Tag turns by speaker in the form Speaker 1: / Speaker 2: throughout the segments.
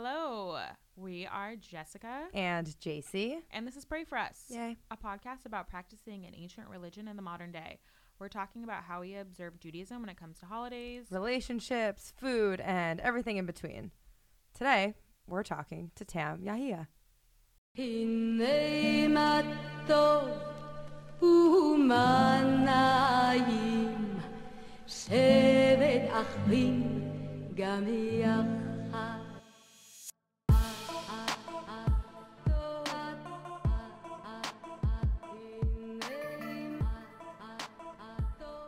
Speaker 1: Hello, we are Jessica,
Speaker 2: and JC.
Speaker 1: and this is Pray For Us,
Speaker 2: Yay.
Speaker 1: a podcast about practicing an ancient religion in the modern day. We're talking about how we observe Judaism when it comes to holidays.
Speaker 2: Relationships, food, and everything in between. Today, we're talking to Tam Yahia.
Speaker 3: הנה מה טוב ומה נעים, שבת אחים גם יחד.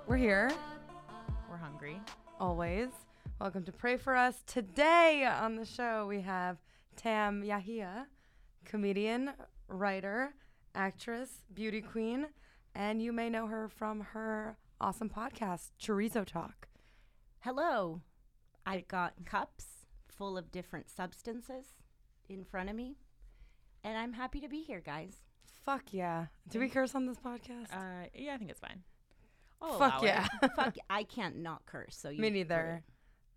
Speaker 2: We're here,
Speaker 1: We're hungry.
Speaker 2: always. Welcome to Pray For Us. Today on the show, we have Tam Yahia, comedian, writer, actress, beauty queen, and you may know her from her awesome podcast, Chorizo Talk.
Speaker 4: Hello. I've got cups full of different substances in front of me, and I'm happy to be here, guys.
Speaker 2: Fuck yeah. Do we curse on this podcast?
Speaker 1: Uh, oh, yeah, I think it's fine. I'll allow
Speaker 2: Fuck
Speaker 1: it.
Speaker 2: yeah.
Speaker 4: Fuck, I can't not curse. So you
Speaker 2: Uh, Me
Speaker 4: do it.
Speaker 2: neither.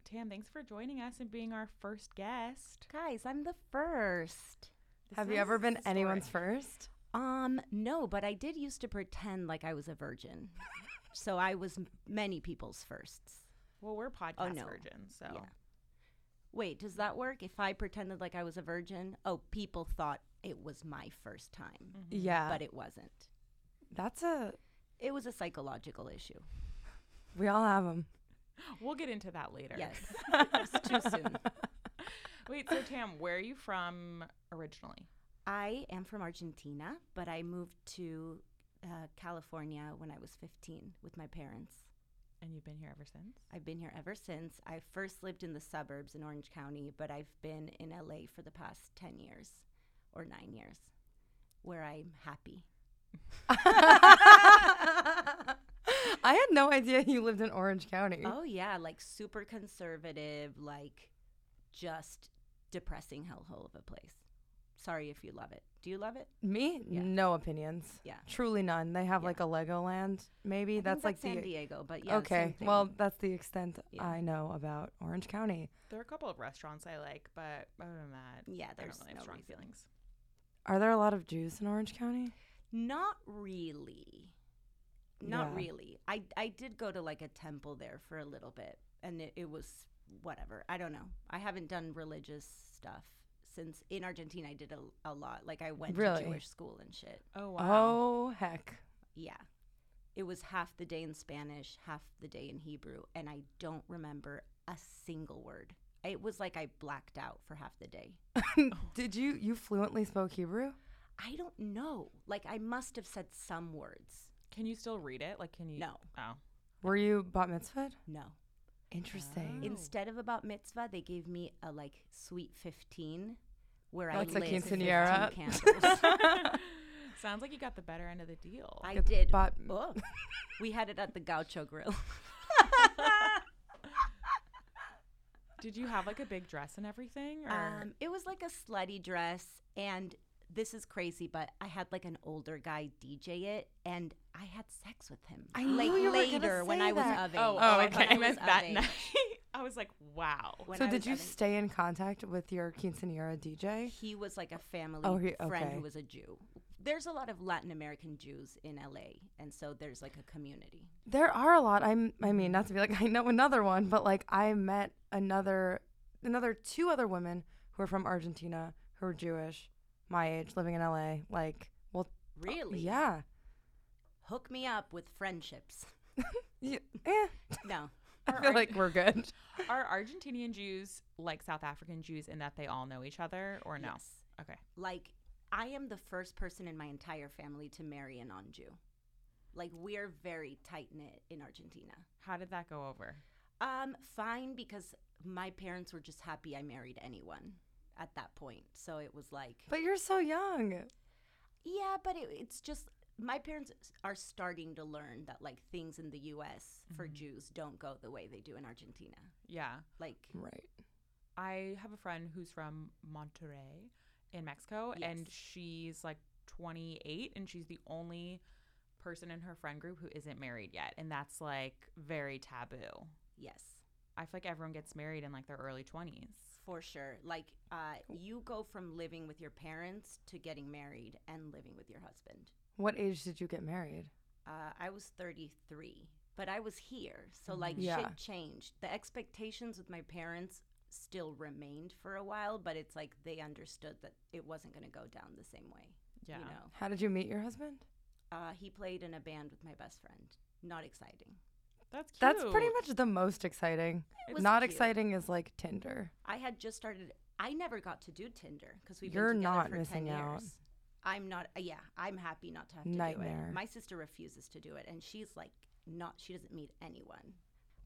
Speaker 1: Tam, thanks for joining us and being our first guest.
Speaker 4: Guys, I'm the first.
Speaker 1: This
Speaker 2: Have you
Speaker 1: is
Speaker 2: ever been
Speaker 1: historic.
Speaker 2: anyone's first?
Speaker 4: Um, no, but I did used to pretend like I was a virgin, so I was m- many people's firsts.
Speaker 1: Well, we're podcast
Speaker 4: Oh, no.
Speaker 1: virgins, so
Speaker 4: Yeah. Wait, does that work? If I pretended like I was a virgin, oh, people thought it was my first time,
Speaker 1: Mm. Mm-hmm.
Speaker 2: Yeah.
Speaker 4: but it wasn't.
Speaker 2: That's a
Speaker 4: It was a psychological issue.
Speaker 2: we all have them.
Speaker 1: we'll get into that later.
Speaker 4: Yes, it's too soon.
Speaker 1: Wait, so Tam, where are you from originally?
Speaker 4: I am from Argentina, but I moved to uh, California when I was 15 with my parents.
Speaker 1: And you've been here ever since?
Speaker 4: I've been here ever since. I first lived in the suburbs in Orange County, but I've been in LA for the past 10 years or nine years, where I'm happy.
Speaker 2: I had no idea you lived in Orange County.
Speaker 4: Oh, yeah, like super conservative, like just depressing hellhole of a place. Sorry if you love it. Do you love it?
Speaker 2: Me?
Speaker 4: Yeah.
Speaker 2: No opinions.
Speaker 4: Yeah.
Speaker 2: Truly none. They have like a Legoland, maybe.
Speaker 4: I think
Speaker 2: that's like
Speaker 4: San
Speaker 2: the
Speaker 4: Diego, but yeah.
Speaker 2: okay.
Speaker 4: same thing.
Speaker 2: Well, that's the extent
Speaker 4: Yeah.
Speaker 2: I know about Orange County.
Speaker 1: There are a couple of restaurants I like, but other than that,
Speaker 4: Yeah,
Speaker 1: I don't
Speaker 4: there's
Speaker 1: really have
Speaker 4: no
Speaker 1: strong
Speaker 4: reason.
Speaker 1: feelings.
Speaker 2: Are there a lot of Jews in Orange County?
Speaker 4: Not really. Not
Speaker 2: Yeah.
Speaker 4: really. I I did go to like a temple there for a little bit and it, it was whatever. I don't know. I haven't done religious stuff since in Argentina I did a, a lot. Like I went
Speaker 2: Really?
Speaker 4: to Jewish school and shit.
Speaker 1: Oh wow.
Speaker 2: Oh heck.
Speaker 4: Yeah. It was half the day in Spanish, half the day in Hebrew, and I don't remember a single word. It was like I blacked out for half the day.
Speaker 2: Did you you fluently spoke Hebrew?
Speaker 4: I don't know. Like I must have said some words.
Speaker 1: Can you still read it? Like, can you?
Speaker 4: No.
Speaker 1: Oh.
Speaker 2: Were you bat mitzvahed?
Speaker 4: No.
Speaker 2: Interesting.
Speaker 4: Instead of about mitzvah, they gave me a like sweet 15 where
Speaker 2: That's
Speaker 4: I
Speaker 2: a
Speaker 4: lit 15
Speaker 2: quinceañera.
Speaker 4: candles.
Speaker 1: Sounds like you got the better end of the deal.
Speaker 4: Uh, I
Speaker 2: Get
Speaker 4: did.
Speaker 2: bought-
Speaker 4: Oh, we had it at the Gaucho Grill.
Speaker 1: Did you have like a big dress and everything? Or
Speaker 4: Um, it was like a slutty dress and this is crazy, but I had like an older guy DJ it and I had sex with him.
Speaker 2: I
Speaker 4: like
Speaker 2: knew you were gonna
Speaker 4: later when
Speaker 2: say
Speaker 4: I was
Speaker 2: that.
Speaker 4: of age.
Speaker 1: oh,
Speaker 2: Oh,
Speaker 1: oh,
Speaker 4: When
Speaker 1: okay. I
Speaker 4: was
Speaker 1: meant
Speaker 4: of
Speaker 1: that
Speaker 4: age.
Speaker 1: night. I was like, wow.
Speaker 4: When
Speaker 2: So
Speaker 4: I
Speaker 2: did
Speaker 4: was
Speaker 2: you
Speaker 4: of age.
Speaker 2: stay in contact with your quinceanera DJ?
Speaker 4: He was like a family
Speaker 2: Oh, he-
Speaker 4: friend
Speaker 2: okay.
Speaker 4: who was a Jew. There's a lot of Latin American Jews in LA, and so there's like a community.
Speaker 2: There are a lot. I'm. I mean, not to be like I know another one, but like I met another, another two other women who are from Argentina who are Jewish, my age, living in LA. Like, well, uh,
Speaker 4: Really?
Speaker 2: Oh, yeah,
Speaker 4: Hook me up with friendships.
Speaker 2: yeah. eh,
Speaker 4: No.
Speaker 2: I feel like we're good.
Speaker 1: Are Argentinian Jews like South African Jews in that they all know each other or no?
Speaker 4: Yes.
Speaker 1: Okay.
Speaker 4: Like, I am the first person in my entire family to marry a non Jew. Like, we're very tight knit in Argentina.
Speaker 1: How did that go over?
Speaker 4: Um, fine, because my parents were just happy I married anyone at that point. So it was like,
Speaker 2: But you're so young.
Speaker 4: yeah, but it, it's just. My parents are starting to learn that like things in the US for
Speaker 1: Mm-hmm.
Speaker 4: Jews don't go the way they do in Argentina.
Speaker 1: Yeah.
Speaker 4: Like
Speaker 2: Right.
Speaker 1: I have a friend who's from Monterrey in Mexico, and
Speaker 4: Yes.
Speaker 1: she's like 28, and she's the only person in her friend group who isn't married yet. And that's like very taboo.
Speaker 4: yes.
Speaker 1: I feel like everyone gets married in like their early 20s.
Speaker 4: for sure. Like, uh, you go from living with your parents to getting married and living with your husband.
Speaker 2: What age did you get married?
Speaker 4: Uh, I was 33, but I was here. So, like,
Speaker 2: Mm-hmm. Yeah.
Speaker 4: shit changed. The expectations with my parents still remained for a while, but it's like they understood that it wasn't going to go down the same way.
Speaker 1: Yeah.
Speaker 4: You know,
Speaker 2: How did you meet your husband?
Speaker 4: uh, he played in a band with my best friend. Not exciting.
Speaker 1: That's cute.
Speaker 2: That's pretty much the most exciting.
Speaker 4: It was
Speaker 2: Not
Speaker 4: cute.
Speaker 2: exciting is like Tinder.
Speaker 4: I had just started. I never got to do Tinder because we've
Speaker 2: You're
Speaker 4: been together
Speaker 2: not
Speaker 4: for
Speaker 2: missing
Speaker 4: 10
Speaker 2: out.
Speaker 4: Years. I'm not. uh, Yeah, I'm happy not to have to do
Speaker 2: Nightmare.
Speaker 4: it. My sister refuses to do it, and she's like, not. She doesn't meet anyone.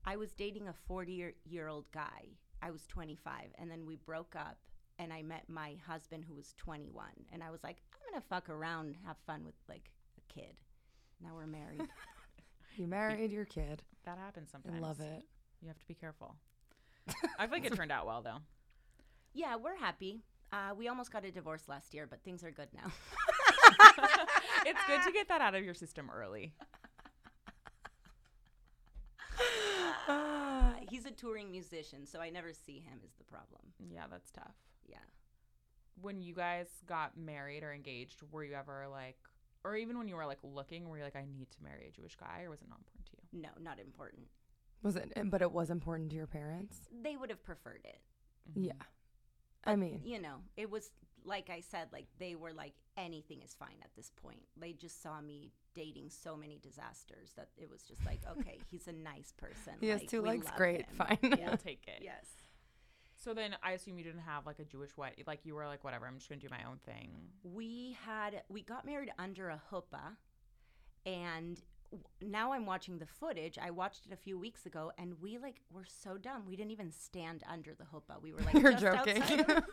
Speaker 4: I was dating a 40 year, year old guy. I was 25, and then we broke up, and I met my husband who was 21, and I was like, I'm gonna fuck around, have fun with like a kid. Now we're married.
Speaker 2: You married your kid.
Speaker 1: That happens
Speaker 2: I
Speaker 1: sometimes.
Speaker 2: love it.
Speaker 1: You have to be careful. I feel like it turned out well though.
Speaker 4: yeah, we're happy. Uh, we almost got a divorce last year, but things are good now.
Speaker 1: It's good to get that out of your system early.
Speaker 4: Uh, he's a touring musician, so I never see him is the problem.
Speaker 1: Yeah, that's tough.
Speaker 4: Yeah.
Speaker 1: When you guys got married or engaged, were you ever like or even when you were like looking, were you like, I need to marry a Jewish guy, or was it not important to you?
Speaker 4: No, not important.
Speaker 2: Was it? But it was important to your parents.
Speaker 4: They would have preferred it.
Speaker 2: Mm-hmm.
Speaker 4: Mm-hmm.
Speaker 2: Yeah. I mean,
Speaker 4: You know, it was like I said, like they were like anything is fine at this point. They just saw me dating so many disasters that it was just like, okay, he's a nice person.
Speaker 2: he has
Speaker 4: like,
Speaker 2: two
Speaker 4: we
Speaker 2: legs.
Speaker 4: love
Speaker 2: Great.
Speaker 4: him.
Speaker 2: Fine.
Speaker 1: I'll take it.
Speaker 4: Yes.
Speaker 1: So then I assume you didn't have like a Jewish wedding. Like you were like, whatever, I'm just going to do my own thing.
Speaker 4: we had we got married under a huppah and w- now i'm watching the footage i watched it a few weeks ago and we like were so dumb we didn't even stand under the huppah we were like
Speaker 2: You're
Speaker 4: just
Speaker 2: joking.
Speaker 4: outside of it.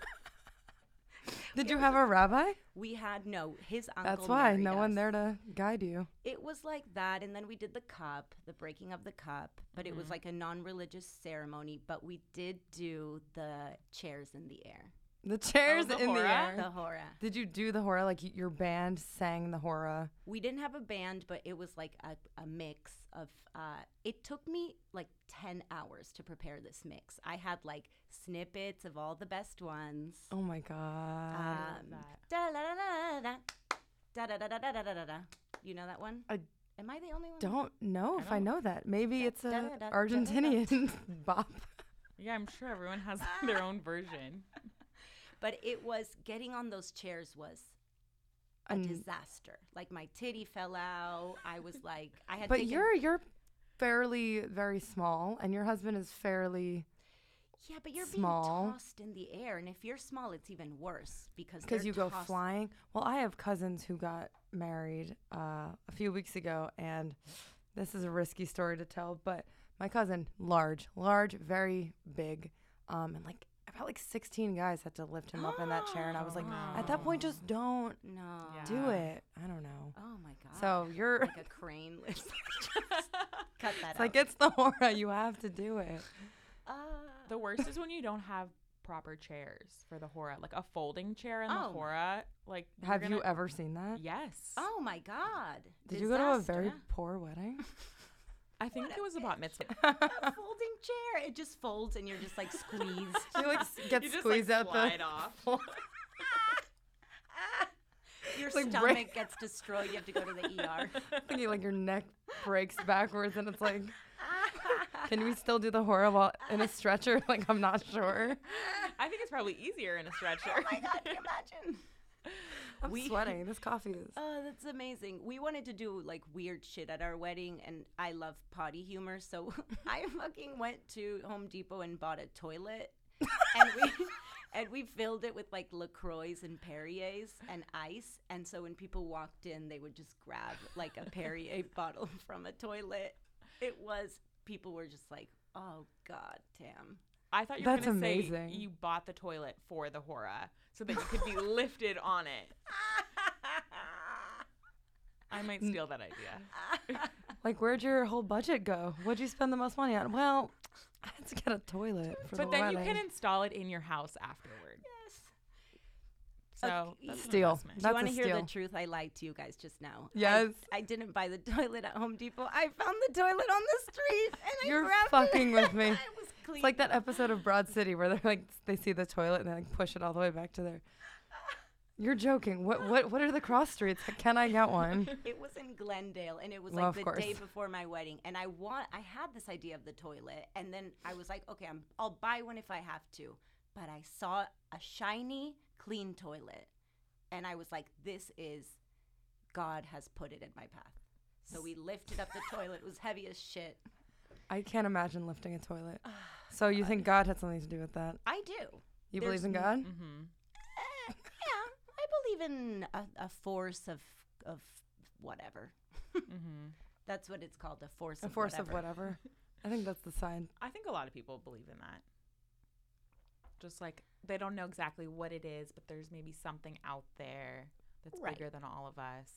Speaker 2: Did you have a rabbi?
Speaker 4: we had no his uncle
Speaker 2: That's why
Speaker 4: married
Speaker 2: no one
Speaker 4: us.
Speaker 2: there to guide you.
Speaker 4: it was like that and then we did the cup the breaking of the cup but it was
Speaker 2: Mm-hmm.
Speaker 4: like a non-religious ceremony but we did do the chairs in the air
Speaker 2: The chairs
Speaker 1: the
Speaker 2: in the
Speaker 1: hora?
Speaker 2: air.
Speaker 4: Oh, the hora
Speaker 2: Did you do the hora? Like y- your band sang the hora?
Speaker 4: we didn't have a band, but it was like a, a mix of. Uh, it took me like 10 hours to prepare this mix. I had like snippets of all the best ones.
Speaker 2: Oh my god!
Speaker 4: Um,
Speaker 1: that.
Speaker 4: da da da da da da da da da da da da da. You know that one?
Speaker 2: I
Speaker 4: Am I the only one?
Speaker 2: don't know if I know that. Maybe it's a
Speaker 4: da- da-
Speaker 2: Argentinian bop.
Speaker 1: Yeah, I'm sure everyone has their own version.
Speaker 4: But it was getting on those chairs was a
Speaker 2: And-
Speaker 4: disaster. Like my titty fell out. I was like, I had.
Speaker 2: but
Speaker 4: taken-
Speaker 2: you're you're fairly very small, and your husband is fairly
Speaker 4: yeah, but you're
Speaker 2: small.
Speaker 4: being tossed in the air, and if you're small, it's even worse because
Speaker 2: because
Speaker 4: they're
Speaker 2: you go
Speaker 4: tossed-
Speaker 2: flying. Well, I have cousins who got married uh, a few weeks ago, and this is a risky story to tell, but my cousin, large, large, very big, um, and like about like 16 guys had to lift him up in that chair, and I was like, at that point, just don't
Speaker 4: No.
Speaker 2: do
Speaker 1: Oh. Yeah. Ah.
Speaker 2: it. I don't know.
Speaker 4: Oh my god.
Speaker 2: So you're
Speaker 4: like a crane lift. Cut that
Speaker 2: it's
Speaker 4: out.
Speaker 2: like it's the aura. You have to do it.
Speaker 4: uh,
Speaker 2: Ah.
Speaker 1: The worst is when you don't have proper chairs for the hora, like a folding chair in the
Speaker 4: Oh.
Speaker 1: hora. Like, you're
Speaker 2: Have you
Speaker 1: gonna-
Speaker 2: ever seen that?
Speaker 1: Yes.
Speaker 4: oh my god.
Speaker 2: Did you go to a
Speaker 4: Disaster.
Speaker 2: very poor wedding?
Speaker 1: I think it was a bat mitzvah.
Speaker 4: a folding chair? It just folds and you're just like squeezed.
Speaker 2: You like s- get
Speaker 1: You just, like,
Speaker 2: squeezed out the
Speaker 1: slide off.
Speaker 4: Your
Speaker 2: like
Speaker 4: stomach
Speaker 2: break-
Speaker 4: gets destroyed. You have to go to the ER.
Speaker 2: thinking like your neck breaks backwards and it's like can we still do the horror while in a stretcher like i'm not sure
Speaker 1: I think it's probably easier in a stretcher.
Speaker 4: Oh Can you imagine?
Speaker 2: i'm
Speaker 4: We-
Speaker 2: sweating this coffee is
Speaker 4: Oh, that's amazing. We wanted to do like weird shit at our wedding, and I love potty humor, so I fucking went to Home Depot and bought a toilet, and we and we filled it with like Lacroix and Perrier's and ice, and so when people walked in, they would just grab like a Perrier bottle from a toilet. It was people were just like, oh god, damn.
Speaker 1: I thought you were
Speaker 2: That's
Speaker 1: going to say
Speaker 2: amazing.
Speaker 1: you bought the toilet for the hora so that you could be lifted on it. I might steal that idea.
Speaker 2: like where'd your whole budget go what'd you spend the most money on well i had to get a toilet for
Speaker 1: But
Speaker 2: the
Speaker 1: then you
Speaker 2: wedding.
Speaker 1: can install it in your house afterward.
Speaker 4: Yes.
Speaker 1: So
Speaker 4: Okay.
Speaker 1: that's an
Speaker 2: Steal.
Speaker 1: investment.
Speaker 4: Do you
Speaker 2: That's
Speaker 4: want
Speaker 2: a
Speaker 4: to hear the
Speaker 2: steal.
Speaker 4: truth? I lied to you guys just now. I-
Speaker 2: Yes.
Speaker 4: I, didn't buy the toilet at Home Depot. I found the toilet on the street, and
Speaker 2: You're
Speaker 4: I grabbed
Speaker 2: fucking with me.
Speaker 4: it. it was clean.
Speaker 2: It's like that episode of Broad City where they're like they see the toilet and they like push it all the way back to their. You're joking. What what what are the cross streets? Can I get one?
Speaker 4: It was in Glendale, and it was
Speaker 2: Well,
Speaker 4: like
Speaker 2: of
Speaker 4: the
Speaker 2: course.
Speaker 4: day before my wedding. And I want, I had this idea of the toilet, and then I was like, okay, I'm, I'll buy one if I have to. But I saw a shiny, clean toilet, and I was like, this is, God has put it in my path. So we lifted up the toilet. It was heavy as shit.
Speaker 2: I can't imagine lifting a toilet. So you think God had something to do with that?
Speaker 4: I do.
Speaker 2: You
Speaker 4: There's
Speaker 2: believe in
Speaker 4: n-
Speaker 2: God?
Speaker 1: Mhm.
Speaker 4: Eh, yeah, I believe in a, a force of of whatever.
Speaker 1: Mhm.
Speaker 4: That's what it's called, a force.
Speaker 2: A
Speaker 4: of
Speaker 2: force
Speaker 4: whatever.
Speaker 2: of whatever. I think that's the sign.
Speaker 1: I think a lot of people believe in that. Just like they don't know exactly what it is, but there's maybe something out there that's
Speaker 4: Right.
Speaker 1: bigger than all of us.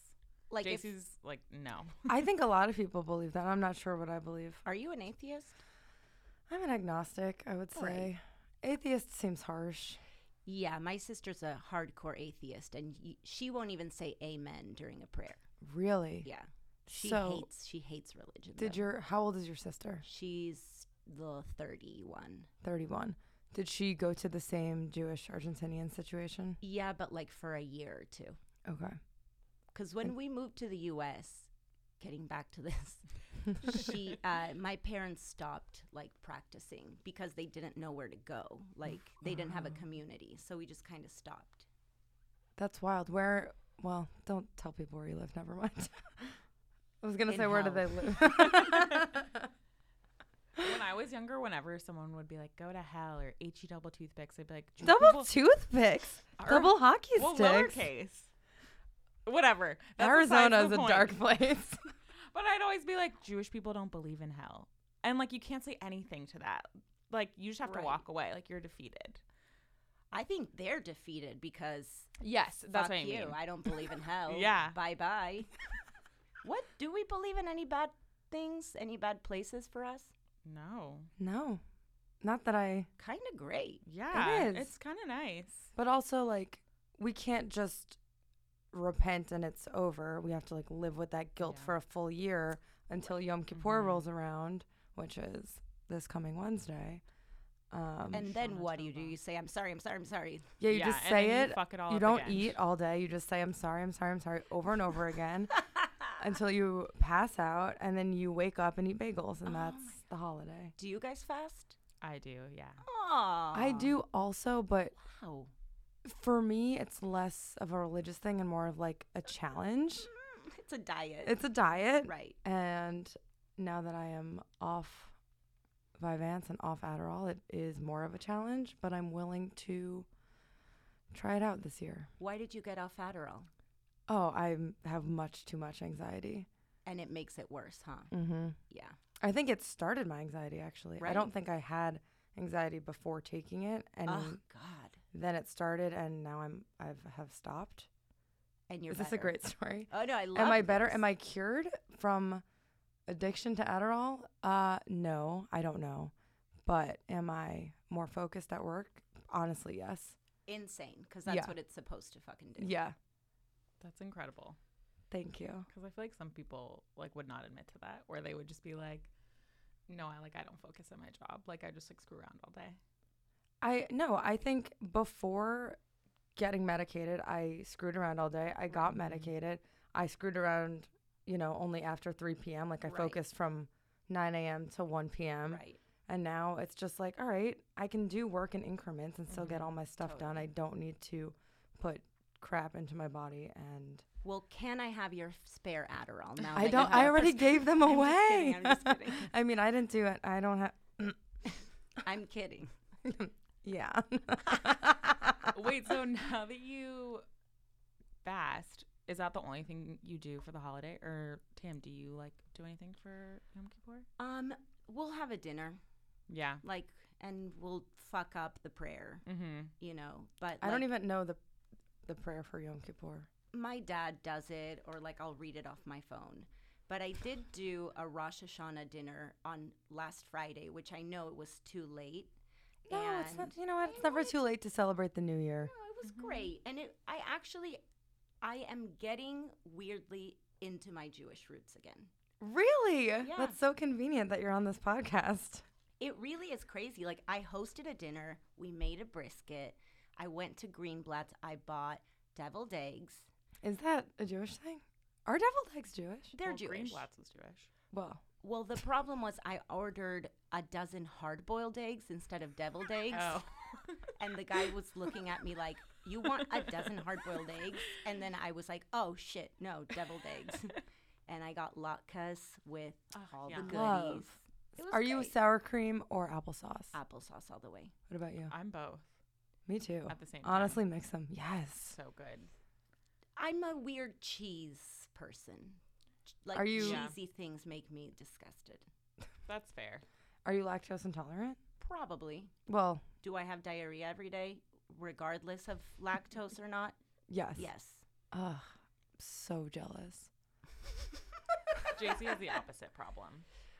Speaker 4: Like, if,
Speaker 1: JC's like, no.
Speaker 2: I think a lot of people believe that. I'm not sure what I believe.
Speaker 4: are you an atheist?
Speaker 2: I'm an agnostic, I would say.
Speaker 4: Right.
Speaker 2: Atheist seems harsh.
Speaker 4: Yeah, my sister's a hardcore atheist, and y- she won't even say amen during a prayer.
Speaker 2: Really?
Speaker 4: Yeah, she
Speaker 2: So,
Speaker 4: hates she hates religion.
Speaker 2: Did
Speaker 4: though.
Speaker 2: your how old is your sister?
Speaker 4: She's the thirty one.
Speaker 2: 31. Did she go to the same Jewish Argentinian situation?
Speaker 4: Yeah, but like for a year or two.
Speaker 2: Okay.
Speaker 4: Because when we moved to the U.S., getting back to this, she, uh, my parents stopped like practicing because they didn't know where to go. Like they didn't have a community, so we just kind of stopped.
Speaker 2: That's wild. Where well, don't tell people where you live, never mind. I was gonna
Speaker 4: In
Speaker 2: say where do they
Speaker 4: hell.
Speaker 2: live?
Speaker 1: when I was younger, whenever someone would be like, "Go to hell" or "H E double toothpicks," I'd be like, "Jewish
Speaker 2: Double
Speaker 1: people-
Speaker 2: toothpicks.
Speaker 1: Ar-
Speaker 2: Double hockey
Speaker 1: well,
Speaker 2: sticks.
Speaker 1: lowercase." Whatever. That's besides
Speaker 2: Arizona's
Speaker 1: the
Speaker 2: a
Speaker 1: point.
Speaker 2: dark place.
Speaker 1: But I'd always be like, Jewish people don't believe in hell, and like you can't say anything to that. Like you just have
Speaker 4: Right.
Speaker 1: to walk away. Like you're defeated.
Speaker 4: I think they're defeated because
Speaker 1: Yes,
Speaker 4: fuck you. I don't believe in hell.
Speaker 1: Yeah.
Speaker 4: Bye bye. what do we believe in? Any bad things? Any bad places for us?
Speaker 1: no.
Speaker 2: no. Not that I
Speaker 4: Kind of great.
Speaker 1: Yeah,
Speaker 2: is.
Speaker 1: it's kind of nice.
Speaker 2: but also like we can't just repent and it's over. We have to like live with that guilt
Speaker 1: Yeah.
Speaker 2: for a full year until Yom Kippur
Speaker 1: Mhm.
Speaker 2: rolls around, which is this coming Wednesday. Um,
Speaker 4: and then
Speaker 1: Shana
Speaker 4: what do you do?
Speaker 1: Tova.
Speaker 4: You say, "I'm sorry, I'm sorry, I'm sorry."
Speaker 2: yeah, you
Speaker 1: Yeah,
Speaker 2: just
Speaker 1: and
Speaker 2: say
Speaker 1: then you
Speaker 2: it.
Speaker 1: fuck it all
Speaker 2: you
Speaker 1: up
Speaker 2: don't
Speaker 1: again.
Speaker 2: eat all day. You just say I'm sorry, I'm sorry, I'm sorry over and over again until you pass out, and then you wake up and eat bagels, and
Speaker 4: Oh my
Speaker 2: that's the holiday.
Speaker 4: Do you guys fast?
Speaker 1: I do. Yeah.
Speaker 4: Aw.
Speaker 2: I do also, but
Speaker 4: Wow.
Speaker 2: for me, it's less of a religious thing and more of like a challenge.
Speaker 4: Mm, It's a diet.
Speaker 2: It's a diet,
Speaker 4: right.
Speaker 2: And now that I am off Vyvanse and off Adderall, it is more of a challenge, but I'm willing to try it out this year.
Speaker 4: Why did you get off Adderall?
Speaker 2: Oh, I have much too much anxiety.
Speaker 4: And it makes it worse, huh?
Speaker 2: Mm-hmm.
Speaker 4: Yeah.
Speaker 2: I think it started my anxiety actually. I
Speaker 4: Right.
Speaker 2: don't think I had anxiety before taking it, and
Speaker 4: oh God.
Speaker 2: then it started, and now I'm I've have stopped.
Speaker 4: And you're.
Speaker 2: is this a
Speaker 4: better.
Speaker 2: great story?
Speaker 4: Oh no, I love.
Speaker 2: Am I better?
Speaker 4: this.
Speaker 2: Am I cured from addiction to Adderall? Uh, no, I don't know. But am I more focused at work? Honestly, yes.
Speaker 4: insane? Because that's
Speaker 2: Yeah.
Speaker 4: what it's supposed to fucking do.
Speaker 2: Yeah.
Speaker 1: That's incredible.
Speaker 2: Thank you.
Speaker 1: Because I feel like some people like would not admit to that, where they would just be like, "No, I like I don't focus at my job. Like I just like screw around all day."
Speaker 2: I no, I think before getting medicated, I screwed around all day. I got
Speaker 4: Mm-hmm.
Speaker 1: Right.
Speaker 2: medicated. I screwed around, you know, only after 3 p.m. Like I
Speaker 4: Right.
Speaker 2: focused from 9 a.m. to 1 p.m.
Speaker 4: Right.
Speaker 2: And now it's just like, all right, I can do work in increments and still get
Speaker 1: Mhm.
Speaker 2: all my stuff done.
Speaker 4: Mm-hmm. Totally.
Speaker 2: I don't need to put crap into my body and
Speaker 4: Well, can I have your spare Adderall now? that
Speaker 2: I
Speaker 4: you
Speaker 2: don't
Speaker 4: had
Speaker 2: I
Speaker 4: a
Speaker 2: already
Speaker 4: pres-
Speaker 2: gave them
Speaker 4: I'm just
Speaker 2: away.
Speaker 4: kidding, I'm just kidding.
Speaker 2: I mean, I didn't do it. I don't have
Speaker 4: I'm kidding.
Speaker 2: yeah.
Speaker 1: Wait, so now that you fast, is that the only thing you do for the holiday? Or Tam, do you like do anything for Yom Kippur?
Speaker 4: Um, we'll have a dinner,
Speaker 1: Yeah.
Speaker 4: like, and we'll fuck up the prayer,
Speaker 1: Mm-hmm.
Speaker 4: you know. But
Speaker 2: I don't
Speaker 4: like,
Speaker 2: even know the the prayer for Yom Kippur.
Speaker 4: My dad does it, or like I'll read it off my phone. But I did do a Rosh Hashanah dinner on last Friday, which I know it was too late.
Speaker 2: No,
Speaker 4: and
Speaker 2: it's not you know what? It's never too late to celebrate the new year.
Speaker 4: No, it was
Speaker 1: Mhm.
Speaker 4: great. And it, I actually, I am getting weirdly into my Jewish roots again.
Speaker 2: Really?
Speaker 4: Yeah.
Speaker 2: That's so convenient that you're on this podcast.
Speaker 4: It really is crazy. Like I hosted a dinner, we made a brisket. I went to Greenblatt's. I bought deviled eggs.
Speaker 2: Is that a Jewish thing? Are deviled eggs Jewish?
Speaker 4: They're
Speaker 1: Well,
Speaker 4: Jewish.
Speaker 1: Greenblatt's was Jewish.
Speaker 2: Well,
Speaker 4: Well, the problem was I ordered a dozen hard-boiled eggs instead of deviled eggs,
Speaker 1: Oh.
Speaker 4: and the guy was looking at me like, "You want a dozen hard-boiled eggs?" And then I was like, "Oh shit, no, deviled eggs." and I got latkes with
Speaker 1: Oh,
Speaker 4: all the
Speaker 1: yum.
Speaker 4: goodies.
Speaker 2: Love.
Speaker 4: It was
Speaker 2: are you
Speaker 4: great.
Speaker 2: sour cream or applesauce?
Speaker 4: applesauce all the way?
Speaker 2: what about you?
Speaker 1: I'm both.
Speaker 2: Me too.
Speaker 1: At the same time.
Speaker 2: Honestly, mix them. Yes.
Speaker 1: So good.
Speaker 4: I'm a weird cheese person. Ch- Like
Speaker 2: Are you-
Speaker 4: cheesy
Speaker 1: Yeah.
Speaker 4: things make me disgusted.
Speaker 1: That's fair.
Speaker 2: Are you lactose intolerant?
Speaker 4: Probably.
Speaker 2: Well,
Speaker 4: Do I have diarrhea every day, regardless of lactose or not?
Speaker 2: yes.
Speaker 4: Yes.
Speaker 2: Ugh, so jealous.
Speaker 1: JC has the opposite problem.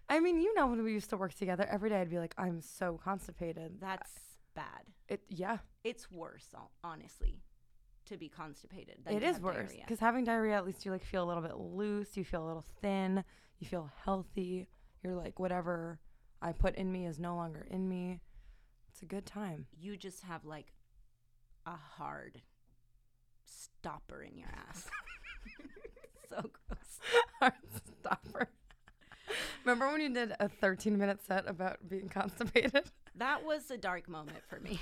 Speaker 2: I mean, you know, when we used to work together, every day I'd be like, I'm so constipated.
Speaker 4: That's bad.
Speaker 2: It, yeah,
Speaker 4: It's worse, hon- honestly, to be constipated. Than
Speaker 2: it
Speaker 4: to
Speaker 2: is
Speaker 4: have
Speaker 2: worse
Speaker 4: diarrhea.
Speaker 2: because having diarrhea, at least you like feel a little bit loose, you feel a little thin, you feel healthy. You're like, whatever I put in me is no longer in me. It's a good time.
Speaker 4: you just have like a hard stopper in your ass. so gross.
Speaker 2: Hard stopper. Remember when you did a 13 minute set about being constipated?
Speaker 4: That was a dark moment for me.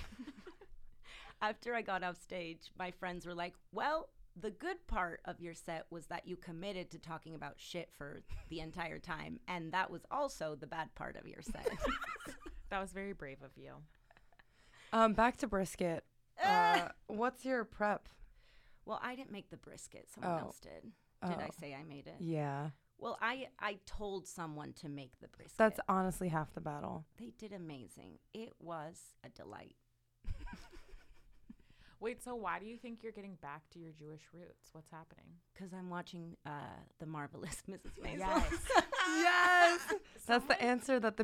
Speaker 4: After I got off stage, my friends were like, Well, the good part of your set was that you committed to talking about shit for the entire time. And that was also the bad part of your set.
Speaker 1: That was very brave of you.
Speaker 2: Um, back to brisket. Uh, what's your prep?
Speaker 4: well, I didn't make the brisket, someone
Speaker 2: Oh.
Speaker 4: else did. Did I
Speaker 2: Oh.
Speaker 4: say I made it?
Speaker 2: Yeah,
Speaker 4: Well, I, I told someone to make the brisket.
Speaker 2: that's honestly half the battle.
Speaker 4: they did amazing. It was a delight.
Speaker 1: Wait, so why do you think you're getting back to your Jewish roots? What's happening?
Speaker 4: Because I'm watching uh, The Marvelous Mrs. Maisel.
Speaker 2: yes, that's the answer that the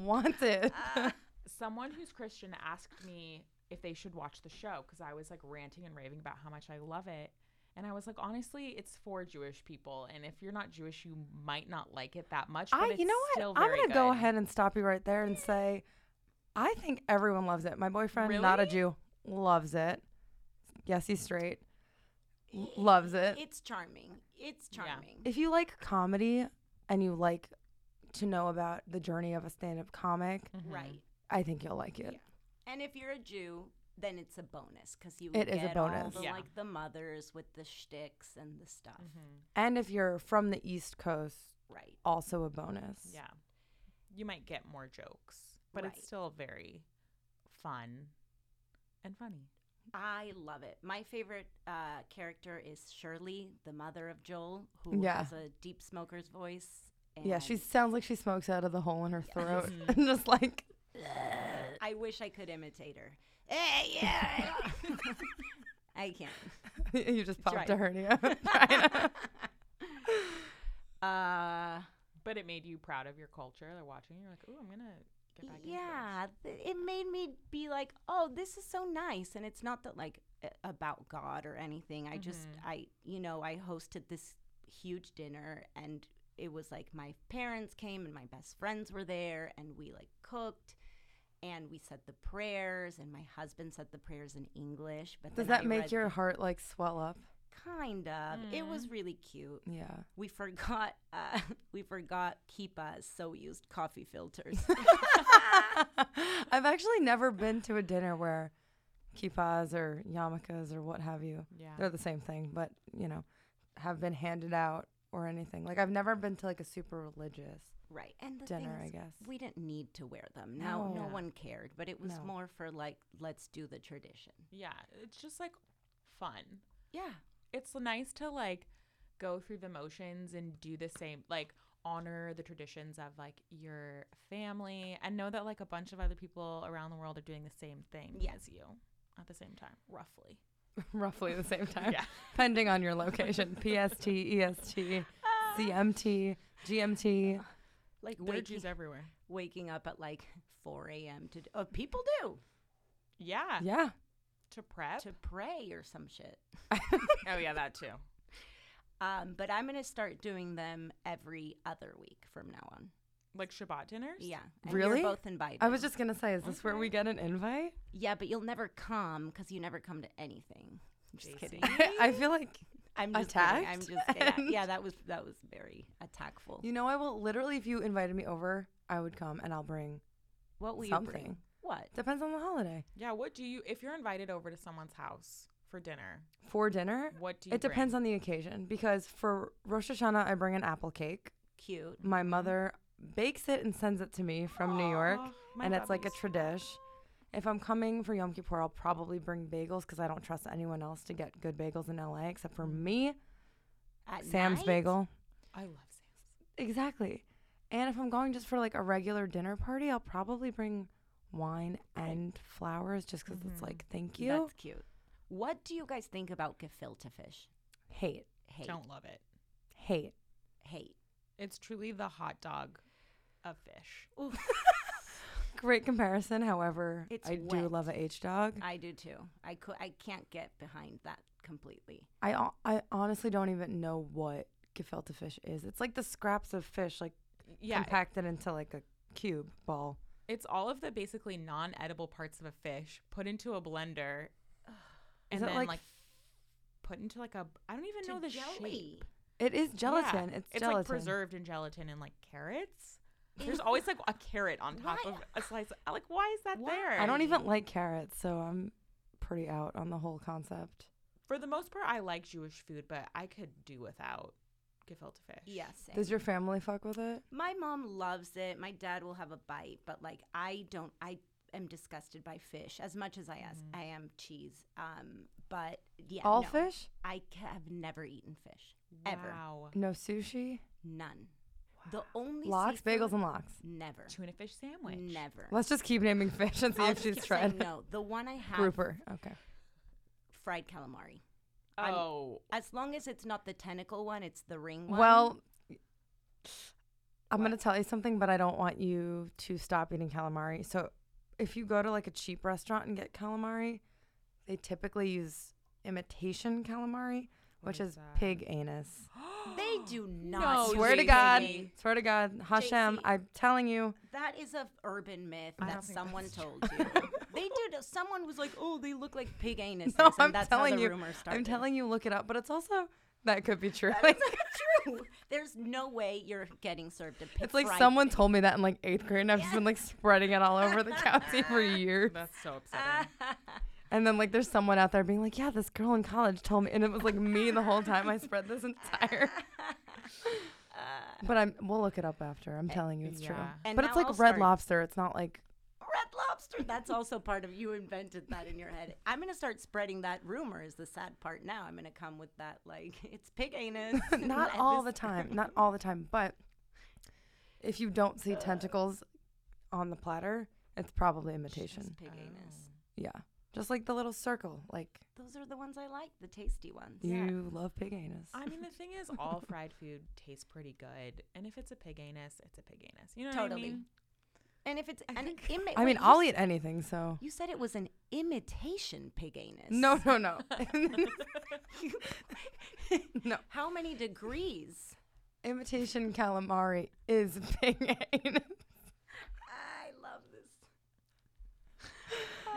Speaker 2: wanted.
Speaker 1: Uh, Someone who's Christian asked me if they should watch the show because I was like ranting and raving about how much I love it. And I was like, honestly, it's for Jewish people. And if you're not Jewish, you might not like it that much. But
Speaker 2: I,
Speaker 1: it's
Speaker 2: you know
Speaker 1: still
Speaker 2: what? I'm
Speaker 1: very
Speaker 2: gonna go
Speaker 1: good.
Speaker 2: ahead and stop you right there and say, I think everyone loves it. My boyfriend, not a
Speaker 1: Really?
Speaker 2: Jew, loves it. Yes, he's straight. L- loves it.
Speaker 4: It's charming. It's
Speaker 1: Yeah.
Speaker 4: charming.
Speaker 2: If you like comedy and you like to know about the journey of a stand-up comic,
Speaker 1: Mhm.
Speaker 4: Right.
Speaker 2: I think you'll like it.
Speaker 4: Yeah. And if you're a Jew, then it's a bonus because you
Speaker 2: It
Speaker 4: get
Speaker 2: is a
Speaker 4: all
Speaker 2: bonus.
Speaker 4: the
Speaker 1: Yeah.
Speaker 4: like the mothers with the shticks and the stuff.
Speaker 1: Mhm.
Speaker 2: And if you're from the East Coast,
Speaker 4: Right.
Speaker 2: also a bonus.
Speaker 1: Yeah. You might get more jokes, but
Speaker 4: Right.
Speaker 1: it's still very fun and funny.
Speaker 4: I love it. My favorite uh, character is Shirley, the mother of Joel, who
Speaker 2: Yeah.
Speaker 4: has a deep smoker's voice. And Mm-hmm.
Speaker 2: Yeah, she sounds like she smokes out of the hole in her throat
Speaker 1: Mhm.
Speaker 2: and just like
Speaker 4: I wish I could imitate her. Hey, yeah. I can't.
Speaker 2: you just popped
Speaker 4: That's right.
Speaker 2: a hernia. Right.
Speaker 4: uh,
Speaker 1: But it made you proud of your culture. They're watching. You're like, ooh, I'm gonna get back into
Speaker 4: yeah, th- it made me be like, oh, this is so nice, and it's not that like a- about God or anything. I just,
Speaker 1: Mhm.
Speaker 2: Mm-hmm.
Speaker 4: I, you know, I hosted this huge dinner, and it was like my parents came and my best friends were there, and we like cooked. And we said the prayers, and my husband said the prayers in English. But
Speaker 2: Does
Speaker 4: then
Speaker 2: that
Speaker 4: I
Speaker 2: make
Speaker 4: read
Speaker 2: your heart like swell up?
Speaker 4: kind of? It
Speaker 2: Mm.
Speaker 4: was really cute.
Speaker 2: Yeah.
Speaker 4: We forgot, uh, we forgot Kipa's so used coffee filters.
Speaker 2: I've actually never been to a dinner where kippahs or yarmulkes or what have you,
Speaker 1: this. Yeah.
Speaker 2: they're the same thing, but you know, have been handed out or anything. Like I've never been to like a super religious
Speaker 4: Right. And the
Speaker 2: dinner,
Speaker 4: thing
Speaker 2: I
Speaker 4: is,
Speaker 2: guess.
Speaker 4: we didn't need to wear them. Now no
Speaker 2: No.
Speaker 4: one cared, but it was
Speaker 2: No.
Speaker 4: more for like let's do the tradition.
Speaker 1: Yeah. It's just like fun.
Speaker 4: Yeah.
Speaker 1: It's nice to like go through the motions and do the same like honor the traditions of like your family and know that like a bunch of other people around the world are doing the same thing
Speaker 4: Yeah.
Speaker 1: as you at the same time, roughly.
Speaker 2: Roughly the same time.
Speaker 1: Yeah.
Speaker 2: Depending on your location. PST, EST,
Speaker 4: Ah.
Speaker 2: CMT, GMT.
Speaker 4: Like
Speaker 1: There are
Speaker 4: waking,
Speaker 1: Jews everywhere.
Speaker 4: waking up at like 4 a.m. to d- oh, people do.
Speaker 1: Yeah.
Speaker 2: Yeah.
Speaker 1: to prep.
Speaker 4: to pray or some shit.
Speaker 1: oh yeah, that too.
Speaker 4: Um, but I'm gonna start doing them every other week from now on.
Speaker 1: Like Shabbat dinners.
Speaker 4: Yeah, and you're
Speaker 2: Really?
Speaker 4: both invited.
Speaker 2: I was just gonna say, is this where
Speaker 1: Okay.
Speaker 2: we get an invite?
Speaker 4: yeah, but you'll never come because you never come to anything. I'm just
Speaker 1: Jason.
Speaker 4: kidding.
Speaker 2: I feel like
Speaker 4: I'm just kidding. I'm
Speaker 2: Attacked
Speaker 4: just kidding.
Speaker 2: and-
Speaker 4: yeah. That was that was very attackful.
Speaker 2: you know I will literally if you invited me over, I would come and I'll bring
Speaker 4: What will you bring?
Speaker 2: something.
Speaker 4: What?
Speaker 2: Depends on the holiday.
Speaker 1: Yeah. What do you if you're invited over to someone's house for dinner?
Speaker 2: For dinner,
Speaker 1: What do you?
Speaker 2: it depends on the occasion because for Rosh Hashanah I bring an apple cake.
Speaker 4: Cute.
Speaker 2: My mother bakes it and sends it to me from New York,
Speaker 1: Aw, Ah, my
Speaker 2: and it's
Speaker 1: dad
Speaker 2: like a
Speaker 1: used to do
Speaker 2: tradish. If I'm coming for Yom Kippur, I'll probably bring bagels because I don't trust anyone else to get good bagels in LA except for me,
Speaker 4: At
Speaker 2: Sam's
Speaker 4: night?
Speaker 2: Bagel.
Speaker 1: I love
Speaker 2: Exactly. And if I'm going just for like a regular dinner party, I'll probably bring wine and flowers just because it's like, thank you.
Speaker 4: Mm-hmm. That's cute. What do you guys think about gefilte fish?
Speaker 2: hate,
Speaker 1: Sam's.
Speaker 4: Hate.
Speaker 1: Don't love it.
Speaker 2: hate.
Speaker 4: Hate.
Speaker 1: It's truly the hot dog of fish.
Speaker 2: Great comparison. However,
Speaker 4: It's
Speaker 2: I do
Speaker 4: wet.
Speaker 2: love a H dog.
Speaker 4: I do too. I could. I can't get behind that completely.
Speaker 2: I, o- I honestly don't even know what gefilte fish is. It's like the scraps of fish, like
Speaker 1: Yeah. it-
Speaker 2: compacted into like a cube ball.
Speaker 1: It's all of the basically non-edible parts of a fish put into a blender, and
Speaker 2: it
Speaker 1: then
Speaker 2: like
Speaker 1: like put into like a I don't even
Speaker 4: To
Speaker 1: know the shape.
Speaker 4: jelly.
Speaker 2: It is
Speaker 1: Yeah.
Speaker 2: gelatin. It's, gelatin.
Speaker 1: like preserved in gelatin and like carrots. There's always like a carrot on top
Speaker 4: Why?
Speaker 1: of a slice. I- Like why is that
Speaker 4: Why?
Speaker 1: there?
Speaker 2: I don't e- even like carrots, so I'm pretty out on the whole concept.
Speaker 1: For the most part, I like Jewish food, but I could do without gefilte fish.
Speaker 4: Yes.
Speaker 2: Does your family fuck with it?
Speaker 4: My mom loves it. My dad will have a bite, but like I don't. I am disgusted by fish as much as I as
Speaker 1: Mm-hmm.
Speaker 4: I am cheese. Um, but yeah,
Speaker 2: All
Speaker 4: no.
Speaker 2: fish?
Speaker 4: I ca- have never eaten fish ever.
Speaker 1: Wow.
Speaker 2: No sushi.
Speaker 4: None. The only
Speaker 2: Locks, bagels, and locks.
Speaker 4: never,
Speaker 1: Tuna fish sandwich.
Speaker 4: never.
Speaker 2: Let's just keep naming fish and see
Speaker 4: I'll
Speaker 2: if
Speaker 4: just
Speaker 2: she's
Speaker 4: keep
Speaker 2: tried.
Speaker 4: saying No, the one I have
Speaker 2: Grouper. Okay.
Speaker 4: fried calamari. I'm-
Speaker 1: Oh,
Speaker 4: As long as it's not the tentacle one, it's the ring one.
Speaker 2: Well, I'm gonna tell you something, but I don't want you to stop eating calamari. So, if you go to like a cheap restaurant and get calamari, they typically use imitation calamari,
Speaker 1: What
Speaker 2: which
Speaker 1: is
Speaker 2: is
Speaker 1: that?
Speaker 2: pig anus.
Speaker 4: they do not.
Speaker 1: No,
Speaker 4: use
Speaker 2: Swear to
Speaker 4: it.
Speaker 2: God.
Speaker 1: JC.
Speaker 2: Swear to God, Hashem,
Speaker 4: JC.
Speaker 2: I'm telling you,
Speaker 4: That is a urban myth
Speaker 1: I don't
Speaker 4: that
Speaker 1: think
Speaker 4: someone
Speaker 1: that's
Speaker 4: told you. they did. Someone was like, "Oh, they look like pig anuses,"
Speaker 2: No,
Speaker 4: and
Speaker 2: I'm
Speaker 4: that's
Speaker 2: telling
Speaker 4: how the
Speaker 2: you-
Speaker 4: rumor started.
Speaker 2: I'm telling you, look it up. But it's also that could be true. Like,
Speaker 4: That's true. There's no way you're getting served a pig.
Speaker 2: It's like
Speaker 4: fried
Speaker 2: someone told me that in like eighth grade, and I've just been like spreading it all over the county for years.
Speaker 1: that's so upsetting.
Speaker 2: And then like there's someone out there being like, "Yeah, this girl in college told me," and it was like me the whole time. I spread this entire. but I'm we'll look it up after. I'm telling you, it's true.
Speaker 1: yeah.
Speaker 4: Eh, And
Speaker 2: but it's
Speaker 4: now
Speaker 2: like
Speaker 4: I'll
Speaker 2: Red
Speaker 4: start-
Speaker 2: Lobster. It's not like
Speaker 4: Red lobster. That's also part of you invented that in your head. I'm gonna start spreading that rumor. Is the sad part now? I'm gonna come with that like it's pig anus.
Speaker 2: not
Speaker 4: Let
Speaker 2: all the
Speaker 4: this-
Speaker 2: time, not all the time. But if you don't see tentacles on the platter, it's probably
Speaker 4: It's
Speaker 2: imitation.
Speaker 4: pig anus.
Speaker 2: Yeah, just like the little circle. Like
Speaker 4: Those are the ones I like, the tasty ones.
Speaker 1: Yeah.
Speaker 2: you love pig anus.
Speaker 1: I mean, the thing is, all fried food tastes pretty good, and if it's a pig anus, it's a pig anus. You know
Speaker 4: Totally.
Speaker 1: what I mean?
Speaker 4: And if it's an imi-
Speaker 2: I
Speaker 4: wait,
Speaker 2: mean,
Speaker 4: you
Speaker 2: I'll
Speaker 4: s-
Speaker 2: eat anything. So
Speaker 4: You said it was an imitation pig anus.
Speaker 2: No, no, no. no.
Speaker 4: How many degrees?
Speaker 2: Imitation calamari is pig anus.
Speaker 4: I love this.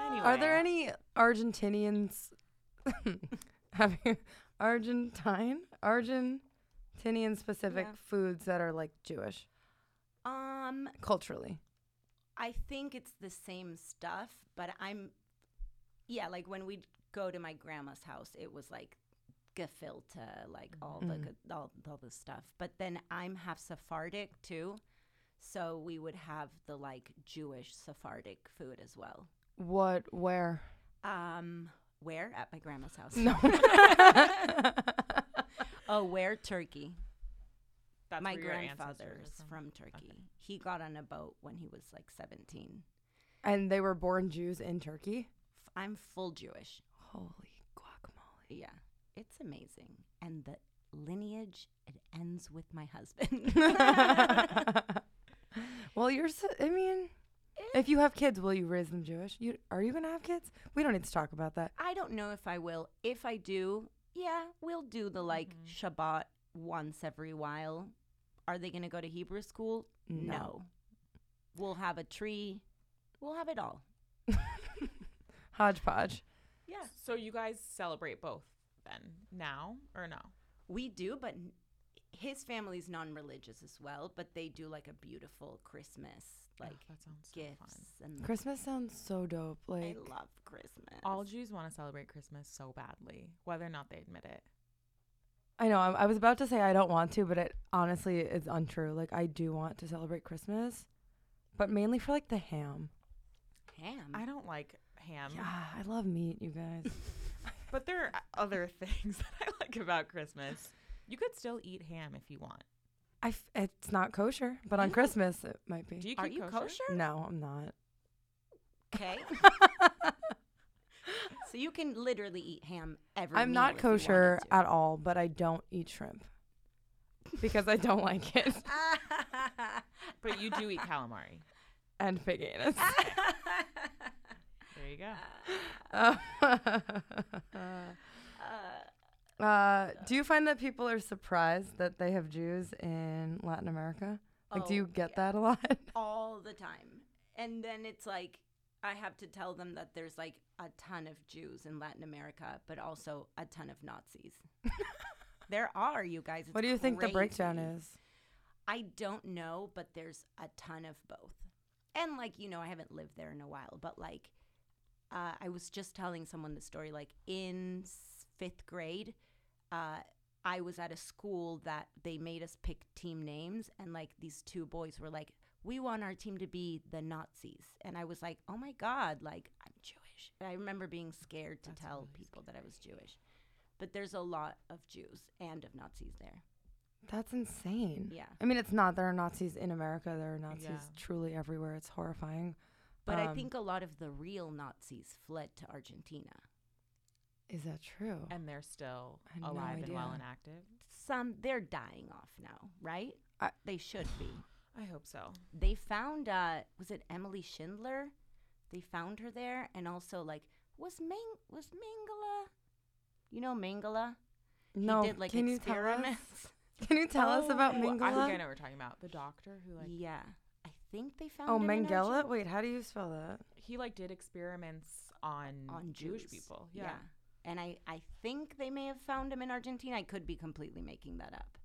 Speaker 1: Anyway,
Speaker 2: Are there any Argentinians? Have you Argentine? Argentinian specific
Speaker 4: Yeah.
Speaker 2: foods that are like Jewish
Speaker 4: Um,
Speaker 2: culturally.
Speaker 4: I think it's the same stuff, but I'm, yeah, like when we'd go to my grandma's house, it was like gefilte, like all the
Speaker 2: Mhm.
Speaker 4: good, all, all the stuff. But then I'm half Sephardic too, so we would have the like Jewish Sephardic food as well.
Speaker 2: What? Where?
Speaker 4: Um, where at my grandma's house?
Speaker 2: No.
Speaker 4: Oh, where Turkey?
Speaker 1: That's
Speaker 4: my
Speaker 1: where your ancestors
Speaker 4: grandfather
Speaker 1: are
Speaker 4: is
Speaker 1: from?
Speaker 4: from Turkey. He got on a boat when he was like 17.
Speaker 2: and they were born Jews in Turkey.
Speaker 4: F- I'm full Jewish.
Speaker 2: Holy guacamole!
Speaker 4: Yeah, it's amazing. And the lineage, it ends with my husband.
Speaker 2: well, you're. So, I mean, If you have kids, will you raise them Jewish? You are you gonna have kids? We don't need to talk about that.
Speaker 4: I don't know if I will. If I do, yeah, we'll do the like
Speaker 1: Mm-hmm.
Speaker 4: Shabbat once every while. Are they going to go to Hebrew school?
Speaker 2: No.
Speaker 4: We'll have a tree. We'll have it all.
Speaker 2: Hodgepodge.
Speaker 4: Yeah.
Speaker 1: So you guys celebrate both then now or no?
Speaker 4: We do, but n- his family's non-religious as well, but they do like a beautiful Christmas
Speaker 1: Oh,
Speaker 4: like
Speaker 1: that sounds so
Speaker 4: gifts
Speaker 1: fun.
Speaker 4: and
Speaker 2: Christmas sounds so dope.
Speaker 4: I
Speaker 2: Like
Speaker 4: love Christmas.
Speaker 1: All Jews want to celebrate Christmas so badly, whether or not they admit it.
Speaker 2: I know. I, I was about to say I don't want to, but it honestly is untrue. Like I do want to celebrate Christmas, but mainly for like the ham.
Speaker 4: ham.
Speaker 1: I don't like ham,
Speaker 2: Yeah, I love meat, you guys.
Speaker 1: but there are other things that I like about Christmas. You could still eat ham if you want.
Speaker 2: I f- it's not kosher, but on Christmas it might be.
Speaker 1: Do you
Speaker 4: Are
Speaker 1: keep
Speaker 4: you kosher?
Speaker 2: no, I'm not.
Speaker 4: Okay. so you can literally eat ham every
Speaker 2: I'm not
Speaker 4: meal if you wanted
Speaker 2: kosher Uh,
Speaker 4: to.
Speaker 2: at all, but I don't eat shrimp because I don't like it
Speaker 1: But you do eat calamari.
Speaker 2: and pig anus.
Speaker 1: There you go.
Speaker 2: Uh,
Speaker 4: Ah.
Speaker 2: uh, do you find that people are surprised that they have Jews in Latin America? Like, do
Speaker 4: Oh,
Speaker 2: you get that a lot?
Speaker 4: all the time. And then it's like I have to tell them that there's like a ton of Jews in Latin America, but also a ton of Nazis. there are, you guys. It's
Speaker 2: what do you think the breakdown
Speaker 4: crazy.
Speaker 2: is?
Speaker 4: I don't know, but there's a ton of both. And like, you know, I haven't lived there in a while, but like, uh, I was just telling someone the story. Like, in s- fifth grade, uh, I was at a school that they made us pick team names, and like, these two boys were like, we want our team to be the Nazis. And I was like, oh my God, like, I'm Jewish. And I remember being scared to tell people that I was Jewish. But there's a lot of Jews and of Nazis there.
Speaker 2: That's insane.
Speaker 4: Yeah.
Speaker 2: I mean, it's not. There are Nazis in America. There are Nazis
Speaker 1: Yeah.
Speaker 2: truly everywhere. It's horrifying.
Speaker 4: But I
Speaker 2: Um,
Speaker 4: think a lot of the real Nazis fled to Argentina.
Speaker 2: Is that true?
Speaker 4: Uh,
Speaker 1: And they're still
Speaker 2: I had no
Speaker 1: alive and well
Speaker 2: idea.
Speaker 1: and active.
Speaker 4: Some they're dying off now, right?
Speaker 2: I-
Speaker 4: they should be.
Speaker 1: I hope so.
Speaker 4: They found uh was it Emily Schindler? They found her there and also like was Ming was Mangala? You know Mangala?
Speaker 2: no.
Speaker 4: he did like
Speaker 2: can you tell us?
Speaker 4: experiments.
Speaker 2: Can you tell us about
Speaker 1: Oh, I
Speaker 2: Mengele?
Speaker 1: think I know what we're talking about. The doctor who like
Speaker 4: yeah. I think they found
Speaker 2: oh,
Speaker 4: him in
Speaker 2: Mengele.
Speaker 4: Argent-
Speaker 2: Wait, how do you spell that?
Speaker 1: he like did experiments on
Speaker 4: on
Speaker 1: Jewish
Speaker 4: Jews.
Speaker 1: people. Yeah.
Speaker 4: And I, I think they may have found him in Argentina. I could be completely making that up.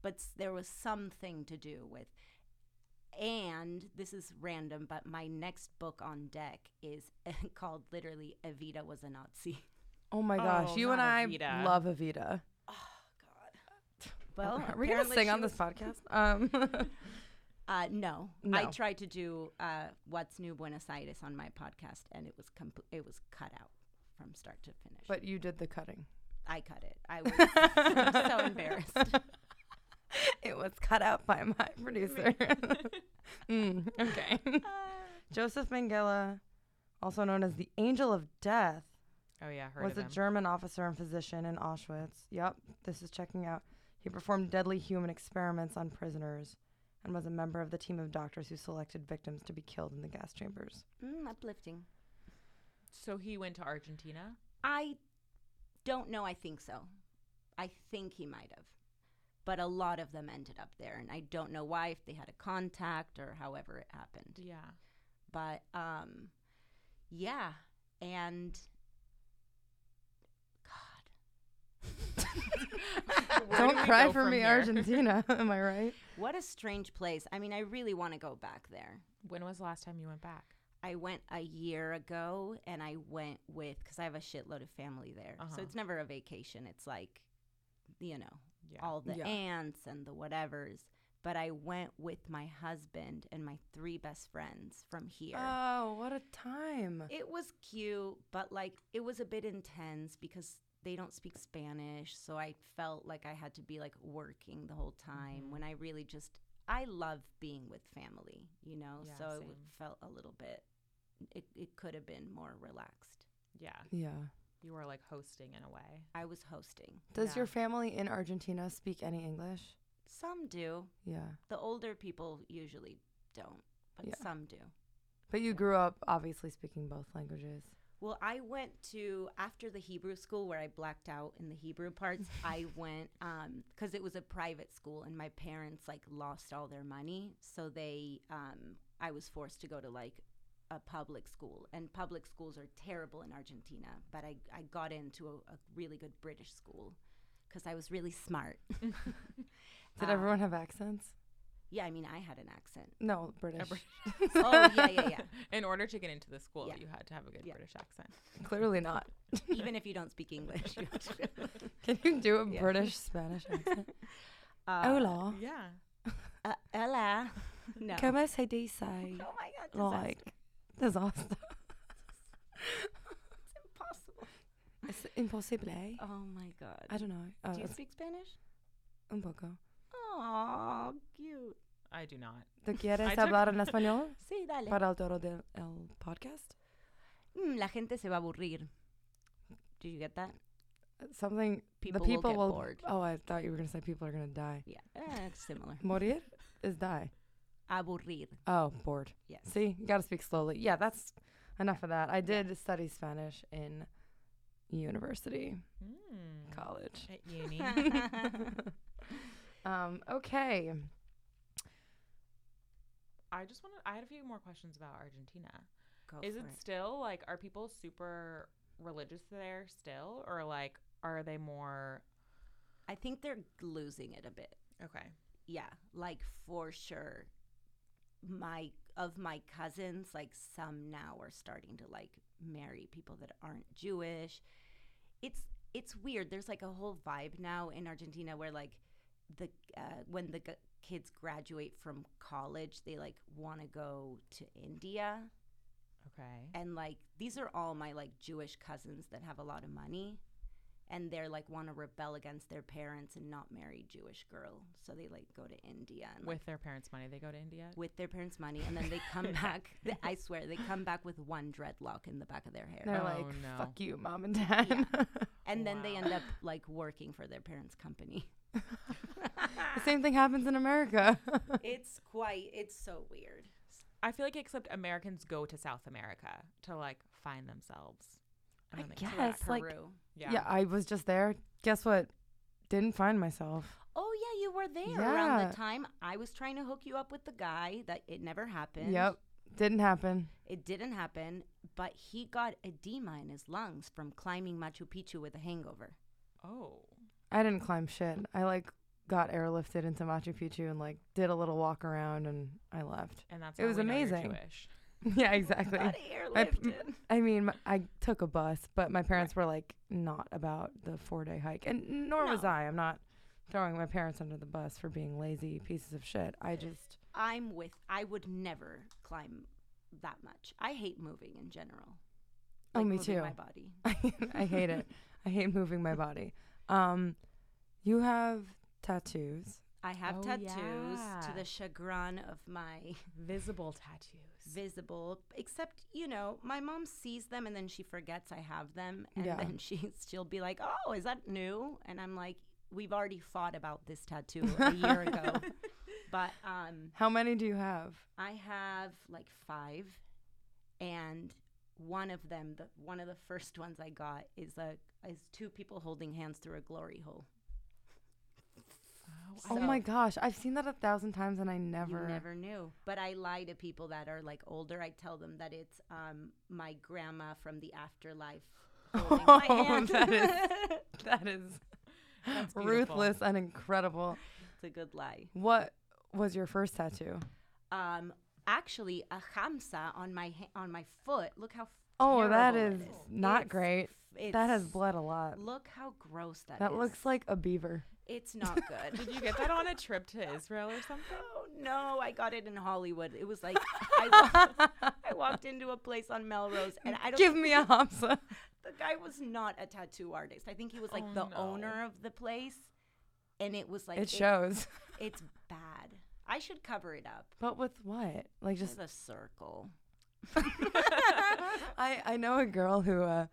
Speaker 4: But s- there was something to do with. And this is random, but my next book on deck is called literally Evita Was a Nazi.
Speaker 2: Oh my gosh,
Speaker 1: Oh,
Speaker 2: you and
Speaker 1: not
Speaker 2: I
Speaker 1: Evita.
Speaker 2: love Evita.
Speaker 4: Well,
Speaker 2: Oh, are we gonna
Speaker 4: apparently
Speaker 2: sing
Speaker 4: she
Speaker 2: on this
Speaker 4: was-
Speaker 2: podcast? Um,
Speaker 4: Uh, no. I
Speaker 2: No.
Speaker 4: tried to do uh, What's New Buenos Aires on my podcast, and it was compl- it was cut out from start to finish.
Speaker 2: but you did the cutting.
Speaker 4: I cut it. I was so embarrassed.
Speaker 2: It was cut out by my producer. Mm, okay. Joseph Mengele, also known as the Angel of Death,
Speaker 1: Oh yeah, heard
Speaker 2: was
Speaker 1: of
Speaker 2: a
Speaker 1: him.
Speaker 2: German officer and physician in Auschwitz. Yep, this is checking out. He performed deadly human experiments on prisoners and was a member of the team of doctors who selected victims to be killed in the gas chambers.
Speaker 4: Mm, uplifting.
Speaker 1: so he went to Argentina.
Speaker 4: I don't know. I think so. I think he might have. But a lot of them ended up there. And I don't know why, if they had a contact or however it happened.
Speaker 1: Yeah.
Speaker 4: But um, yeah. And God,
Speaker 1: Where do
Speaker 2: Don't
Speaker 1: we
Speaker 2: cry
Speaker 1: go
Speaker 2: for
Speaker 1: from
Speaker 2: me,
Speaker 1: here?
Speaker 2: Argentina. Am I right?
Speaker 4: what a strange place. I mean, I really want to go back there.
Speaker 1: When was the last time you went back?
Speaker 4: I went a year ago and I went with, because I have a shitload of family there.
Speaker 1: Uh-huh.
Speaker 4: So it's never a vacation. It's like, you know,
Speaker 1: Yeah.
Speaker 4: all the
Speaker 2: Yeah.
Speaker 4: aunts and the whatevers. But I went with my husband and my three best friends from here.
Speaker 2: Oh, what a time.
Speaker 4: it was cute, but like it was a bit intense because they don't speak Spanish. So I felt like I had to be like working the whole time
Speaker 1: Mm-hmm.
Speaker 4: when I really just, I love being with family, you know?
Speaker 1: Yeah,
Speaker 4: so it w-
Speaker 1: same.
Speaker 4: felt a little bit, it, it could have been more relaxed.
Speaker 1: yeah.
Speaker 2: Yeah.
Speaker 1: You were like hosting in a way.
Speaker 4: I was hosting.
Speaker 2: Does
Speaker 1: Yeah.
Speaker 2: your family in Argentina speak any English?
Speaker 4: Some do.
Speaker 2: Yeah.
Speaker 4: The older people usually don't, but
Speaker 2: Yeah.
Speaker 4: some do.
Speaker 2: But you grew up obviously speaking both languages.
Speaker 4: Well, I went to after the Hebrew school where I blacked out in the Hebrew parts. I went because it was a private school, and my parents like lost all their money, so they um, I was forced to go to like a public school, and public schools are terrible in Argentina. But I I got into a, a really good British school because I was really smart. Um,
Speaker 1: Ah.
Speaker 2: Did everyone have accents?
Speaker 4: yeah, I mean I had an accent.
Speaker 2: No, British.
Speaker 4: Oh yeah, yeah, yeah.
Speaker 1: In order to get into the school,
Speaker 4: Yeah.
Speaker 1: you had to have a good
Speaker 4: Yeah.
Speaker 1: British accent.
Speaker 2: Clearly not.
Speaker 4: Even if you don't speak English. you have to-
Speaker 2: Can you do a
Speaker 4: Yeah.
Speaker 2: British Spanish accent?
Speaker 4: Uh,
Speaker 2: Hola.
Speaker 1: Yeah.
Speaker 4: Uh, Ella. No.
Speaker 2: Como se dice?
Speaker 4: Oh my god, disaster.
Speaker 2: Like, disaster.
Speaker 4: it's impossible.
Speaker 2: Es imposible.
Speaker 4: Oh my god.
Speaker 2: I don't know. Oh,
Speaker 4: Do you
Speaker 2: it's
Speaker 4: speak Spanish?
Speaker 2: un poco.
Speaker 4: Oh, cute.
Speaker 1: I do not.
Speaker 2: ¿Tú quieres
Speaker 1: I took-
Speaker 2: hablar en español
Speaker 4: Sí, dale.
Speaker 2: para el toro del el podcast?
Speaker 4: Mm, la gente se va a aburrir. Did you get that?
Speaker 2: Something
Speaker 4: People will
Speaker 2: the people
Speaker 4: get
Speaker 2: will.
Speaker 4: bored.
Speaker 2: Oh, I thought you were gonna say people are gonna die.
Speaker 4: Yeah, eh, it's similar.
Speaker 2: Morir is die.
Speaker 4: Aburrir.
Speaker 2: Oh, bored.
Speaker 4: Yes.
Speaker 2: See, you gotta speak slowly. Yeah, that's enough of that. I did study Spanish in university,
Speaker 1: Mm.
Speaker 2: college.
Speaker 1: At uni.
Speaker 2: Um, okay.
Speaker 1: I just want to. I had a few more questions about Argentina.
Speaker 4: Go
Speaker 1: Is it
Speaker 4: for it.
Speaker 1: still like are people super religious there still, or like are they more
Speaker 4: I think they're losing it a bit.
Speaker 1: okay?
Speaker 4: Yeah, like for sure. My of my cousins, like some now are starting to like marry people that aren't Jewish. It's it's weird. There's like a whole vibe now in Argentina where like the uh, when the g- kids graduate from college, they like want to go to India
Speaker 1: Okay.
Speaker 4: and like these are all my like Jewish cousins that have a lot of money and they're like want to rebel against their parents and not marry Jewish girl so they like go to India and like,
Speaker 1: With their parents' money, they go to India.
Speaker 4: with their parents money and then they come back th- I swear they come back with one dreadlock in the back of their hair
Speaker 2: They're
Speaker 1: Oh,
Speaker 2: like,
Speaker 1: no.
Speaker 2: fuck you, mom and dad.
Speaker 4: and then they
Speaker 1: wow.
Speaker 4: end up like working for their parents company
Speaker 2: the same thing happens in America.
Speaker 4: it's quite it's so weird
Speaker 1: I feel like except Americans go to South America to like find themselves.
Speaker 2: I
Speaker 1: then they
Speaker 2: guess.
Speaker 1: come
Speaker 2: Yeah,
Speaker 1: back.
Speaker 2: it's like-
Speaker 4: Peru.
Speaker 1: yeah.
Speaker 2: yeah, I was just there. Guess what? Didn't find myself.
Speaker 4: oh yeah you were there around
Speaker 2: Yeah.
Speaker 4: the time I was trying to hook you up with the guy that it never happened
Speaker 2: Yep. Didn't happen.
Speaker 4: It didn't happen, but he got edema in his lungs from climbing Machu Picchu with a hangover.
Speaker 1: Oh.
Speaker 2: I didn't climb shit. I like got airlifted into Machu Picchu and like did a little walk around and I left.
Speaker 1: And that's
Speaker 2: It
Speaker 1: how
Speaker 2: was
Speaker 1: we know you're
Speaker 2: amazing.
Speaker 1: Jewish.
Speaker 2: yeah, exactly.
Speaker 4: Got
Speaker 2: I-
Speaker 4: airlifted.
Speaker 2: I mean, m- I took a bus, but my parents were like not about the four day hike, and nor was
Speaker 4: No.
Speaker 2: I. I'm not throwing my parents under the bus for being lazy pieces of shit. I just
Speaker 4: I'm with. I would never climb that much. I hate moving in general.
Speaker 2: Oh, me
Speaker 4: moving
Speaker 2: too.
Speaker 4: My body.
Speaker 2: I hate it. I hate moving my body. Um, you have tattoos.
Speaker 4: I have
Speaker 1: Oh,
Speaker 4: tattoos
Speaker 1: yeah.
Speaker 4: to the chagrin of my
Speaker 1: Visible tattoos.
Speaker 4: visible. Except, you know, my mom sees them and then she forgets I have them, and
Speaker 2: Yeah.
Speaker 4: then she she'll be like, "Oh, is that new?" And I'm like, "We've already fought about this tattoo a year ago." But um,
Speaker 2: How many do you have?
Speaker 4: I have like five, and one of them, the one of the first ones I got is a is two people holding hands through a glory hole.
Speaker 2: oh
Speaker 4: So-
Speaker 2: my gosh, I've seen that a thousand times and I never.
Speaker 4: You never knew. But I lie to people that are like older. I tell them that it's um my grandma from the afterlife. holding my
Speaker 2: Oh,
Speaker 4: hand.
Speaker 2: that that is
Speaker 1: That's beautiful.
Speaker 2: ruthless and incredible.
Speaker 4: it's a good lie.
Speaker 2: What was your first tattoo?
Speaker 4: Um, actually, a hamsa on my ha- on my foot. Look how.
Speaker 2: Oh, that
Speaker 4: terrible
Speaker 2: is
Speaker 4: it
Speaker 2: not
Speaker 4: It's-
Speaker 2: great.
Speaker 4: It's,
Speaker 2: that has bled a lot.
Speaker 4: Look how gross that is.
Speaker 2: That looks like a beaver.
Speaker 4: It's not good.
Speaker 1: Did you get that on a trip to Israel or something?
Speaker 4: Oh no, I got it in Hollywood. It was like I, wa- I walked into a place on Melrose, and I don't.
Speaker 2: Give me a hamsa.
Speaker 4: the guy was not a tattoo artist. I think he was like
Speaker 1: Oh,
Speaker 4: the
Speaker 1: no.
Speaker 4: owner of the place, and it was like
Speaker 2: it shows.
Speaker 4: It's bad. I should cover it up.
Speaker 2: But with what? Like just
Speaker 4: Just a circle.
Speaker 2: I I know a girl who uh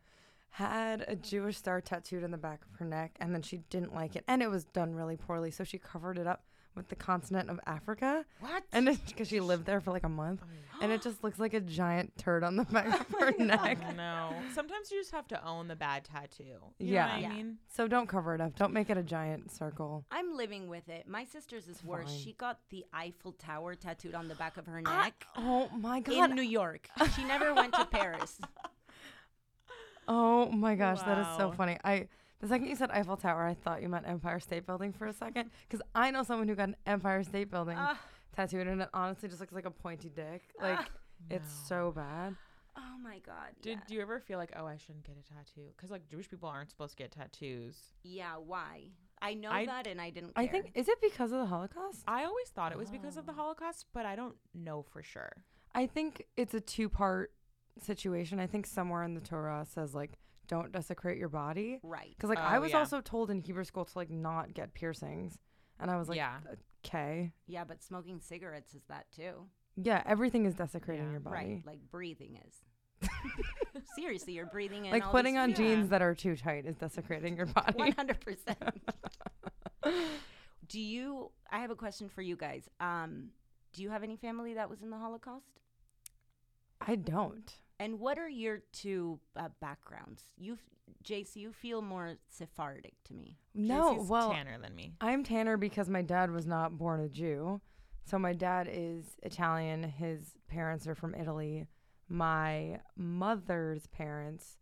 Speaker 2: had a Jewish star tattooed in the back of her neck and then she didn't like it and it was done really poorly so she covered it up with the continent of Africa.
Speaker 4: What?
Speaker 2: And because she lived there for like a month, and it just looks like a giant turd on the back of her neck.
Speaker 1: Oh, no. Sometimes you just have to own the bad tattoo. You
Speaker 2: Yeah.
Speaker 1: Know what
Speaker 4: Yeah.
Speaker 1: I mean,
Speaker 2: So don't cover it up. Don't make it a giant circle.
Speaker 4: I'm living with it. My sister's is worse.
Speaker 2: Fine.
Speaker 4: She got the Eiffel Tower tattooed on the back of her
Speaker 1: Ah,
Speaker 4: neck
Speaker 2: Oh my
Speaker 4: in
Speaker 2: god.
Speaker 4: New York. She never went to Paris.
Speaker 2: Oh my gosh, that is so
Speaker 1: Wow.
Speaker 2: funny. I the second you said Eiffel Tower, I thought you meant Empire State Building for a second because I know someone who got an Empire State Building
Speaker 4: Ah.
Speaker 2: tattooed, and it honestly just looks like a pointy dick. Like it's so bad.
Speaker 4: Oh my God.
Speaker 1: Did
Speaker 4: yeah.
Speaker 1: do you ever feel like, oh, I shouldn't get a tattoo? Because like Jewish people aren't supposed to get tattoos.
Speaker 4: Yeah, why? I know
Speaker 1: I-
Speaker 4: that and I didn't care.
Speaker 2: I think is it because of the Holocaust?
Speaker 1: I always thought it was because of the Holocaust, but I don't know for sure.
Speaker 2: I think it's a two part situation. I think somewhere in the Torah says like don't desecrate your body
Speaker 4: Right.
Speaker 2: because like I
Speaker 1: Oh,
Speaker 2: was
Speaker 1: yeah.
Speaker 2: also told in Hebrew school to like not get piercings, and I was like,
Speaker 1: Yeah.
Speaker 2: okay,
Speaker 4: Yeah, but smoking cigarettes is that too.
Speaker 2: yeah, everything is desecrating
Speaker 1: Yeah.
Speaker 2: your body.
Speaker 4: Right. Like breathing is. Seriously, you're breathing in.
Speaker 2: like
Speaker 4: all
Speaker 2: putting
Speaker 4: these
Speaker 2: on
Speaker 1: Yeah.
Speaker 2: jeans that are too tight is desecrating your
Speaker 4: One
Speaker 2: body.
Speaker 4: hundred percent. Do you? I have a question for you guys. Um, do you have any family that was in the Holocaust?
Speaker 2: I don't.
Speaker 4: And what are your two uh, backgrounds? You, Jace, you feel more Sephardic to me.
Speaker 2: No,
Speaker 1: Casey's
Speaker 2: well,
Speaker 1: tanner than me.
Speaker 2: I'm Tanner because my dad was not born a Jew. So my dad is Italian. His parents are from Italy. My mother's parents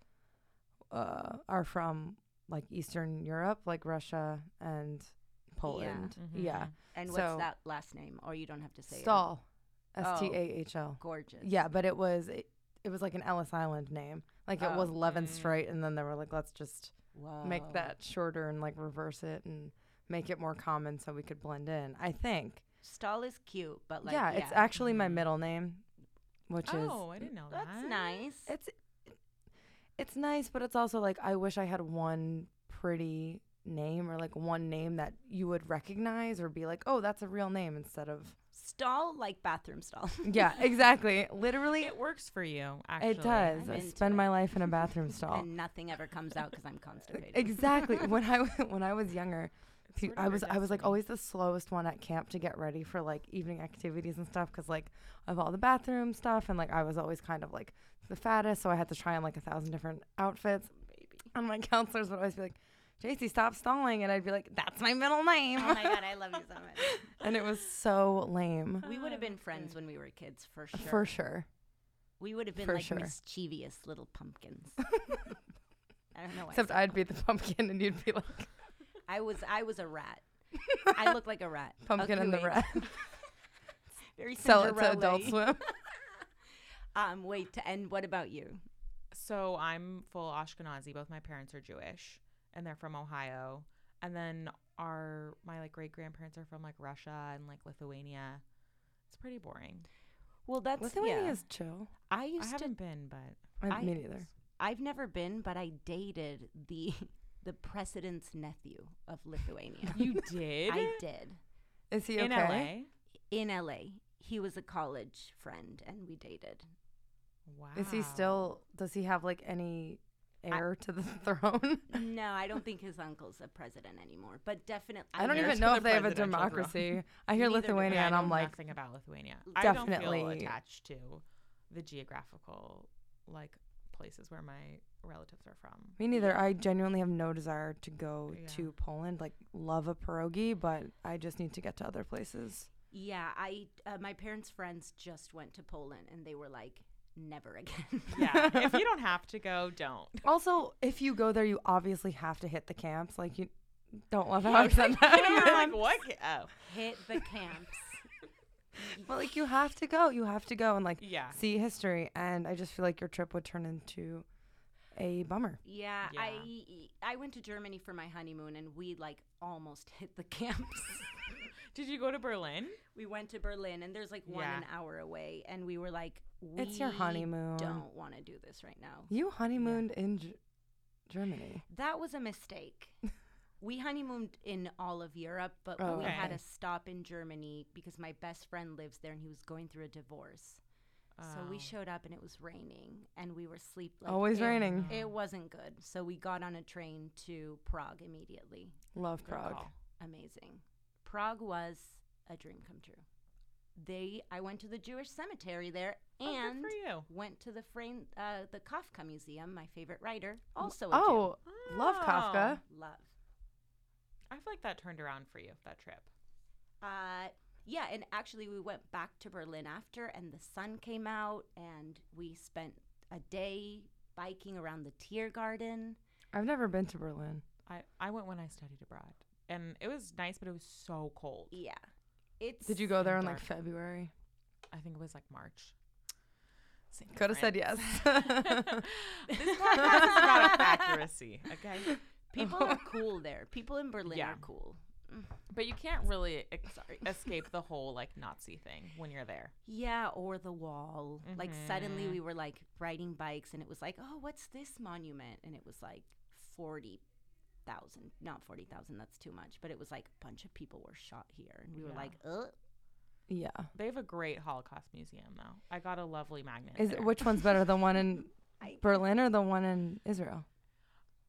Speaker 2: uh, are from like Eastern Europe, like Russia and Poland.
Speaker 1: Mhm.
Speaker 2: Yeah.
Speaker 4: And what's
Speaker 2: So-
Speaker 4: that last name? Or you don't have to say it.
Speaker 2: Stahl.
Speaker 4: Oh.
Speaker 2: S T A H L.
Speaker 4: Gorgeous.
Speaker 2: Yeah, but it was it, it was like an Ellis Island name. Like it
Speaker 4: Oh.
Speaker 2: was Levenstrait, and then they were like, let's just
Speaker 4: Whoa.
Speaker 2: make that shorter and like reverse it and make it more common so we could blend in. I think.
Speaker 4: Stahl is cute, but like Mm-hmm.
Speaker 2: yeah, it's actually my middle name, which
Speaker 1: Oh, I didn't know
Speaker 4: that's
Speaker 1: that.
Speaker 4: nice.
Speaker 2: is it's it's nice, but it's also like I wish I had one pretty name or like one name that you would recognize or be like, "Oh, that's a real name" instead of
Speaker 4: Stall like bathroom stall.
Speaker 2: Yeah, exactly. Literally
Speaker 1: It works for you. Actually,
Speaker 2: it does.
Speaker 4: I'm
Speaker 2: I
Speaker 4: into
Speaker 2: spend
Speaker 4: it.
Speaker 2: my life in a bathroom stall. E-,
Speaker 4: and nothing ever comes out because I'm constipated.
Speaker 2: exactly. when I w- when I was younger,
Speaker 1: It's
Speaker 2: Pe-
Speaker 1: sort of
Speaker 2: I
Speaker 1: your
Speaker 2: was I was like
Speaker 1: destiny.
Speaker 2: always the slowest one at camp to get ready for like evening activities and stuff because like of all the bathroom stuff and like I was always kind of like the fattest, so I had to try on like a thousand different outfits.
Speaker 4: Baby.
Speaker 2: And my counselors would always be like, "JC, stop stalling," and I'd be like, "That's my middle name,"
Speaker 4: Oh my god, I love you so much.
Speaker 2: and it was so lame
Speaker 4: We would have
Speaker 1: Ah,
Speaker 4: been
Speaker 1: that's
Speaker 4: friends
Speaker 1: good.
Speaker 4: when we were kids, for sure.
Speaker 2: Oh, for sure.
Speaker 4: we would have been
Speaker 2: for
Speaker 4: like
Speaker 2: sure.
Speaker 4: mischievous little pumpkins. I don't know. Why I
Speaker 2: Except
Speaker 4: said
Speaker 2: I'd be the pumpkin and you'd be like
Speaker 4: that. I was I was a rat. I look like a rat. A
Speaker 2: pumpkin and the
Speaker 4: Kool-Aid.
Speaker 2: rat.
Speaker 4: Very
Speaker 2: Sell it to Adult
Speaker 4: Cinderella-y.
Speaker 2: Swim.
Speaker 4: Um, wait. To end. What about you?
Speaker 1: So I'm full Ashkenazi. Both my parents are Jewish, and they're from Ohio. And then our my like great grandparents are from like Russia and like Lithuania. It's pretty boring.
Speaker 4: Well, that's
Speaker 2: Lithuania
Speaker 4: yeah.
Speaker 2: is chill.
Speaker 4: I
Speaker 1: I
Speaker 4: used to.
Speaker 1: haven't been, but
Speaker 2: I,
Speaker 4: I-
Speaker 2: me neither.
Speaker 4: I've never been, but I dated the the president's nephew of Lithuania.
Speaker 1: you did.
Speaker 4: I did
Speaker 2: Is he okay?
Speaker 1: in LA.
Speaker 4: in LA. He was a college friend, and we dated.
Speaker 1: Wow.
Speaker 2: Is he still? Does he have like any
Speaker 4: I-
Speaker 2: heir to the throne?
Speaker 4: No, I don't think his uncle's a president anymore, but definitely.
Speaker 2: I don't
Speaker 1: heir
Speaker 2: even
Speaker 1: to
Speaker 2: know
Speaker 1: the
Speaker 2: if they have a
Speaker 1: presidential throne.
Speaker 2: democracy. I hear
Speaker 4: Neither do
Speaker 2: Lithuania,
Speaker 1: Yeah, I
Speaker 2: and
Speaker 1: know
Speaker 2: I'm like,
Speaker 1: nothing about Lithuania. I don't
Speaker 2: Definitely-
Speaker 1: feel attached to the geographical like places where my relatives are from.
Speaker 2: me neither. I genuinely have no desire to go
Speaker 1: Yeah.
Speaker 2: to Poland. Like, love a pierogi, but I just need to get to other places.
Speaker 4: Yeah, I uh, my parents' friends just went to Poland, and they were like, never again.
Speaker 1: Yeah. if you don't have to go, don't.
Speaker 2: Also, if you go there, you obviously have to hit the camps. Like, you don't love how I said that.
Speaker 1: like what? ca- Oh,
Speaker 4: Hit the camps.
Speaker 2: but like, you have to go. You have to go and like
Speaker 1: yeah.
Speaker 2: see history. And I just feel like your trip would turn into a bummer.
Speaker 4: Yeah,
Speaker 1: Yeah.
Speaker 4: I e, I went to Germany for my honeymoon, and we like almost hit the camps.
Speaker 1: Did you go to Berlin?
Speaker 4: we went to Berlin, and there's like one
Speaker 1: Yeah.
Speaker 4: an hour away, and we were like, we
Speaker 2: It's your honeymoon.
Speaker 4: Don't want to do this right now.
Speaker 2: You honeymooned in G- Germany.
Speaker 4: That was a mistake. we honeymooned in all of Europe, but
Speaker 2: Oh,
Speaker 4: we had
Speaker 1: okay.
Speaker 4: a stop in Germany because my best friend lives there and he was going through a divorce. So we
Speaker 1: Oh.
Speaker 4: showed up and it was raining and we were sleep like,
Speaker 2: Always
Speaker 4: it-
Speaker 2: raining.
Speaker 4: It wasn't good. So we got on a train to Prague immediately.
Speaker 2: Love
Speaker 1: Good
Speaker 2: Prague.
Speaker 1: call.
Speaker 4: Amazing. Prague was a dream come true. They, I went to the Jewish cemetery there
Speaker 1: Oh, good
Speaker 4: and
Speaker 1: for you.
Speaker 4: went to the frame, uh, the Kafka Museum, my favorite writer, also a
Speaker 2: Oh, love
Speaker 1: Oh.
Speaker 2: Kafka.
Speaker 4: Jew. Love.
Speaker 1: I feel like that turned around for you that trip.
Speaker 4: Uh, yeah, and actually, we went back to Berlin after, and the sun came out, and we spent a day biking around the Tiergarten.
Speaker 2: I've never been to Berlin.
Speaker 1: I, I went when I studied abroad, and it was nice, but it was so cold.
Speaker 4: Yeah, it's
Speaker 2: Did you go there in like
Speaker 1: dark.
Speaker 2: February?
Speaker 1: I think it was like March. Same
Speaker 2: Could have said
Speaker 1: difference.
Speaker 2: yes.
Speaker 1: this podcast is about accuracy, okay?
Speaker 4: people are cool there. People in Berlin
Speaker 1: Yeah.
Speaker 4: are cool.
Speaker 1: But you can't really ex- escape the whole like Nazi thing when you're there.
Speaker 4: Yeah, or the wall. Like suddenly
Speaker 1: Mhm.
Speaker 4: we were like riding bikes, and it was like, oh, what's this monument? And it was like forty thousand, not forty thousand. That's too much, but it was like a bunch of people were shot here, and we were
Speaker 1: Yeah.
Speaker 4: like, Ugh.
Speaker 2: yeah.
Speaker 1: They have a great Holocaust museum though. I got a lovely magnet.
Speaker 2: Is
Speaker 1: there.
Speaker 2: which one's better, the one in
Speaker 4: I-
Speaker 2: Berlin or the one in Israel?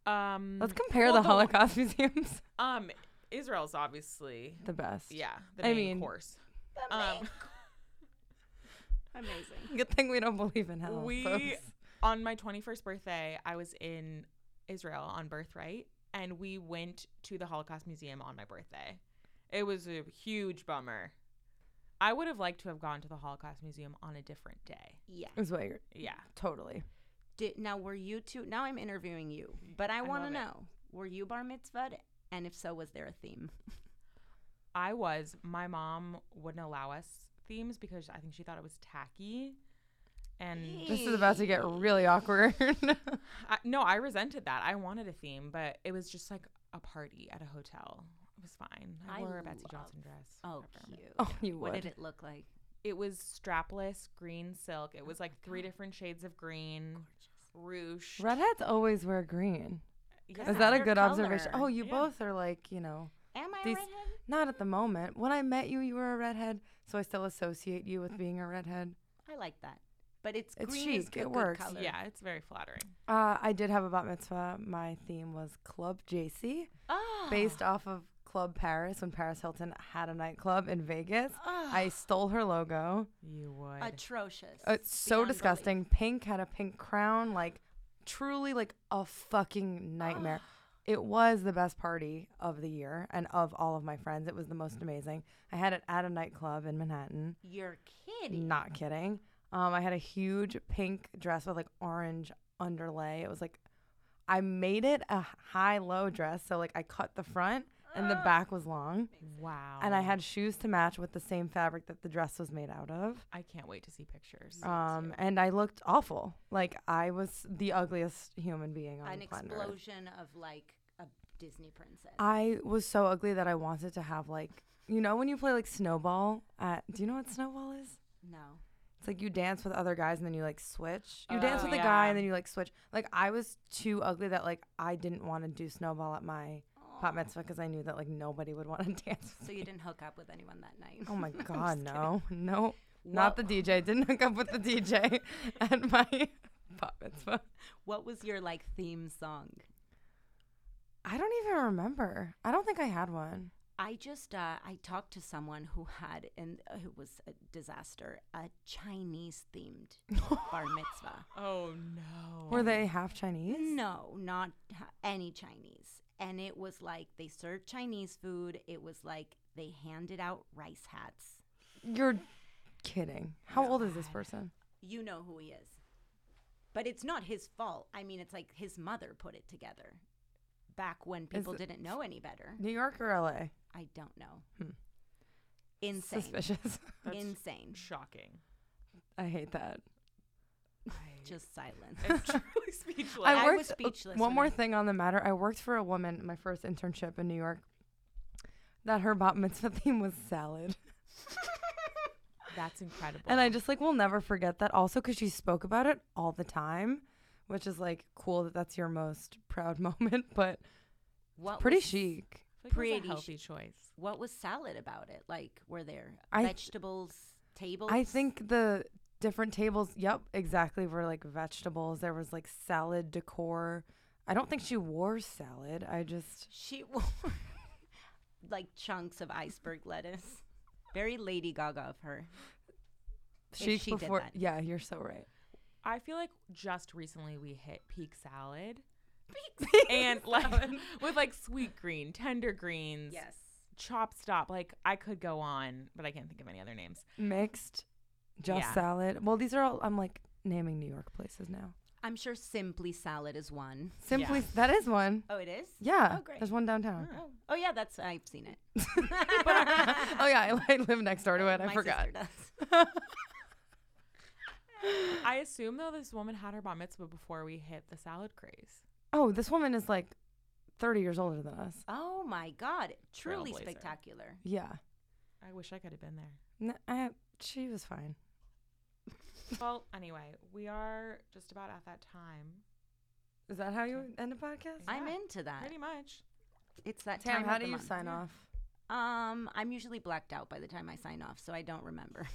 Speaker 1: um
Speaker 4: Mm.
Speaker 2: Let's compare
Speaker 1: well,
Speaker 2: the
Speaker 1: the-
Speaker 2: Holocaust museums.
Speaker 1: um Israel's obviously
Speaker 2: The best.
Speaker 1: yeah, the
Speaker 2: I
Speaker 1: main
Speaker 2: mean-
Speaker 1: course.
Speaker 4: The
Speaker 1: Um
Speaker 4: amazing.
Speaker 2: Good thing we don't believe in hell.
Speaker 1: We-
Speaker 2: folks.
Speaker 1: on my 21st birthday, I was in Israel on birthright and we went to the Holocaust Museum on my birthday. It was a huge bummer. I would have liked to have gone to the Holocaust Museum on a different day.
Speaker 4: Yeah.
Speaker 2: is what you're
Speaker 1: Yeah.
Speaker 2: totally.
Speaker 4: Did, now, were you two? Now I'm interviewing you, but
Speaker 1: I
Speaker 4: I want to
Speaker 1: love it.
Speaker 4: know: Were you bar mitzvahed? And if so, was there a theme?
Speaker 1: I was. My mom wouldn't allow us themes because I think she thought it was tacky. And
Speaker 2: This is about to get really awkward.
Speaker 1: I, no, I resented that. I wanted a theme, but it was just like a party at a hotel. It was fine. I,
Speaker 4: I
Speaker 1: wore a Betsy
Speaker 4: love-
Speaker 1: Johnson dress.
Speaker 4: Oh,
Speaker 1: whatever.
Speaker 4: cute.
Speaker 2: oh, you
Speaker 4: What did
Speaker 2: would.
Speaker 4: it look like?
Speaker 1: It was strapless green silk. It was
Speaker 4: Oh
Speaker 1: like three different shades of green, ruche.
Speaker 2: Redheads always wear green.
Speaker 1: Yeah.
Speaker 2: Is that a
Speaker 4: Their
Speaker 2: good observation?
Speaker 4: color.
Speaker 2: Oh, you
Speaker 1: Yeah.
Speaker 2: both are like, you know,
Speaker 4: Am I
Speaker 2: These-
Speaker 4: a redhead?
Speaker 2: not at the moment. When I met you, you were a redhead, so I still associate you with being a redhead.
Speaker 4: I like that, but it's,
Speaker 2: It's
Speaker 4: green is
Speaker 2: chic,
Speaker 4: a
Speaker 2: it
Speaker 4: good
Speaker 2: works.
Speaker 4: Color.
Speaker 1: yeah, it's very flattering.
Speaker 2: Uh, I did have a bat mitzvah. My theme was Club JC,
Speaker 4: Oh,
Speaker 2: based off of Club Paris when Paris Hilton had a nightclub in Vegas. I stole her logo.
Speaker 1: You would.
Speaker 4: ah, atrocious.
Speaker 2: It's Uh, so
Speaker 4: beyond belief.
Speaker 2: disgusting. Pink had a pink crown, like truly like a fucking nightmare. it was the best party of the year and of all of my friends. It was the most amazing. I had it at a nightclub in Manhattan.
Speaker 4: You're kidding.
Speaker 2: Not kidding. Um, I had a huge pink dress with like orange underlay. It was like I made it a high low dress, so like I cut the front and the back was long.
Speaker 1: wow.
Speaker 2: And I had shoes to match with the same fabric that the dress was made out of.
Speaker 1: I can't wait to see pictures.
Speaker 2: Um, and I looked awful. Like I was the ugliest human being on
Speaker 4: An
Speaker 2: planet Earth.
Speaker 4: explosion of like a Disney princess.
Speaker 2: I was so ugly that I wanted to have like you know when you play like snowball at do you know what snowball is?
Speaker 4: no.
Speaker 2: It's like you dance with other guys and then you like switch. You dance
Speaker 1: Oh,
Speaker 2: with a guy
Speaker 1: yeah.
Speaker 2: and then you like switch. Like I was too ugly that like I didn't want to do snowball at my pot mitzvah because I knew that like nobody would want to dance. with
Speaker 4: So
Speaker 2: me.
Speaker 4: you didn't hook up with anyone that night.
Speaker 2: Oh my
Speaker 4: I'm just
Speaker 2: god,
Speaker 4: kidding.
Speaker 2: no, no, not the DJ. Didn't hook up with the DJ at my pot mitzvah.
Speaker 4: What was your like theme song?
Speaker 2: I don't even remember. I don't think I had one.
Speaker 4: I just uh, I talked to someone who had and uh, who was a disaster a Chinese themed bar mitzvah.
Speaker 1: oh no.
Speaker 2: Were they half Chinese?
Speaker 4: No, not ha- any Chinese. And it was like they served Chinese food. It was like they handed out rice hats.
Speaker 2: You're kidding. How old is this person?
Speaker 4: You know who he is. But it's not his fault. I mean, it's like his mother put it together back when people
Speaker 2: it-
Speaker 4: didn't know any better.
Speaker 2: New York or LA?
Speaker 4: I don't know. Insane.
Speaker 2: Hmm. Suspicious.
Speaker 1: That's
Speaker 4: Insane.
Speaker 1: shocking.
Speaker 2: I hate that.
Speaker 4: Just silence.
Speaker 1: I'm truly speechless.
Speaker 4: I
Speaker 2: I worked.
Speaker 4: was speechless
Speaker 2: One
Speaker 4: when
Speaker 2: more
Speaker 4: I-
Speaker 2: thing on the matter. I worked for a woman my first internship in New York. That her bat mitzvah theme was salad,
Speaker 1: That's incredible.
Speaker 2: and I just like will never forget that. Also, because she spoke about it all the time, which is like cool that that's your most proud moment, but
Speaker 4: What
Speaker 2: pretty
Speaker 4: was-
Speaker 2: chic.
Speaker 1: Like, it was a
Speaker 4: pretty sh-
Speaker 1: healthy choice.
Speaker 4: What was salad about it? Like, were there
Speaker 2: I-
Speaker 4: vegetables, tables?
Speaker 2: I think the different tables, yep, exactly, were like vegetables. There was like salad decor. I don't think she wore salad. I just
Speaker 4: She wore like chunks of iceberg lettuce. Very Lady Gaga of her.
Speaker 2: Chic
Speaker 4: she did
Speaker 2: before,
Speaker 4: that.
Speaker 2: yeah, you're so right.
Speaker 1: I feel like just recently we hit peak salad. and like with like sweet green, tender greens, chop stop. Like I could go on, but I can't think of any other names.
Speaker 2: Mixed, just
Speaker 1: Yeah.
Speaker 2: salad. Well, these are all. I'm like naming New York places now.
Speaker 4: I'm sure Simply Salad is one.
Speaker 2: Simply,
Speaker 1: Yeah.
Speaker 2: that is one.
Speaker 4: Oh, it is?
Speaker 2: Yeah,
Speaker 4: Oh, great.
Speaker 2: there's one downtown.
Speaker 4: Oh, oh yeah, that's I've seen it.
Speaker 2: oh yeah, I, I live next door to it. I
Speaker 4: My
Speaker 2: forgot.
Speaker 4: sister does.
Speaker 1: I assume though this woman had her bat mitzvah before we hit the salad craze.
Speaker 2: Oh, this woman is like 30 years older than us.
Speaker 4: Oh my God! Truly
Speaker 1: Trailblazer.
Speaker 4: spectacular.
Speaker 2: Yeah,
Speaker 1: I wish I could have been there.
Speaker 2: N I, she was fine.
Speaker 1: well, anyway, we are just about at that time.
Speaker 2: Is that how you end a podcast?
Speaker 4: I'm
Speaker 1: Yeah,
Speaker 4: into that.
Speaker 1: Pretty much.
Speaker 4: It's that
Speaker 2: Tam,
Speaker 4: time.
Speaker 2: how
Speaker 4: of
Speaker 2: do
Speaker 4: the
Speaker 2: you
Speaker 4: month.
Speaker 2: sign off?
Speaker 4: Um, I'm usually blacked out by the time I sign off, so I don't remember.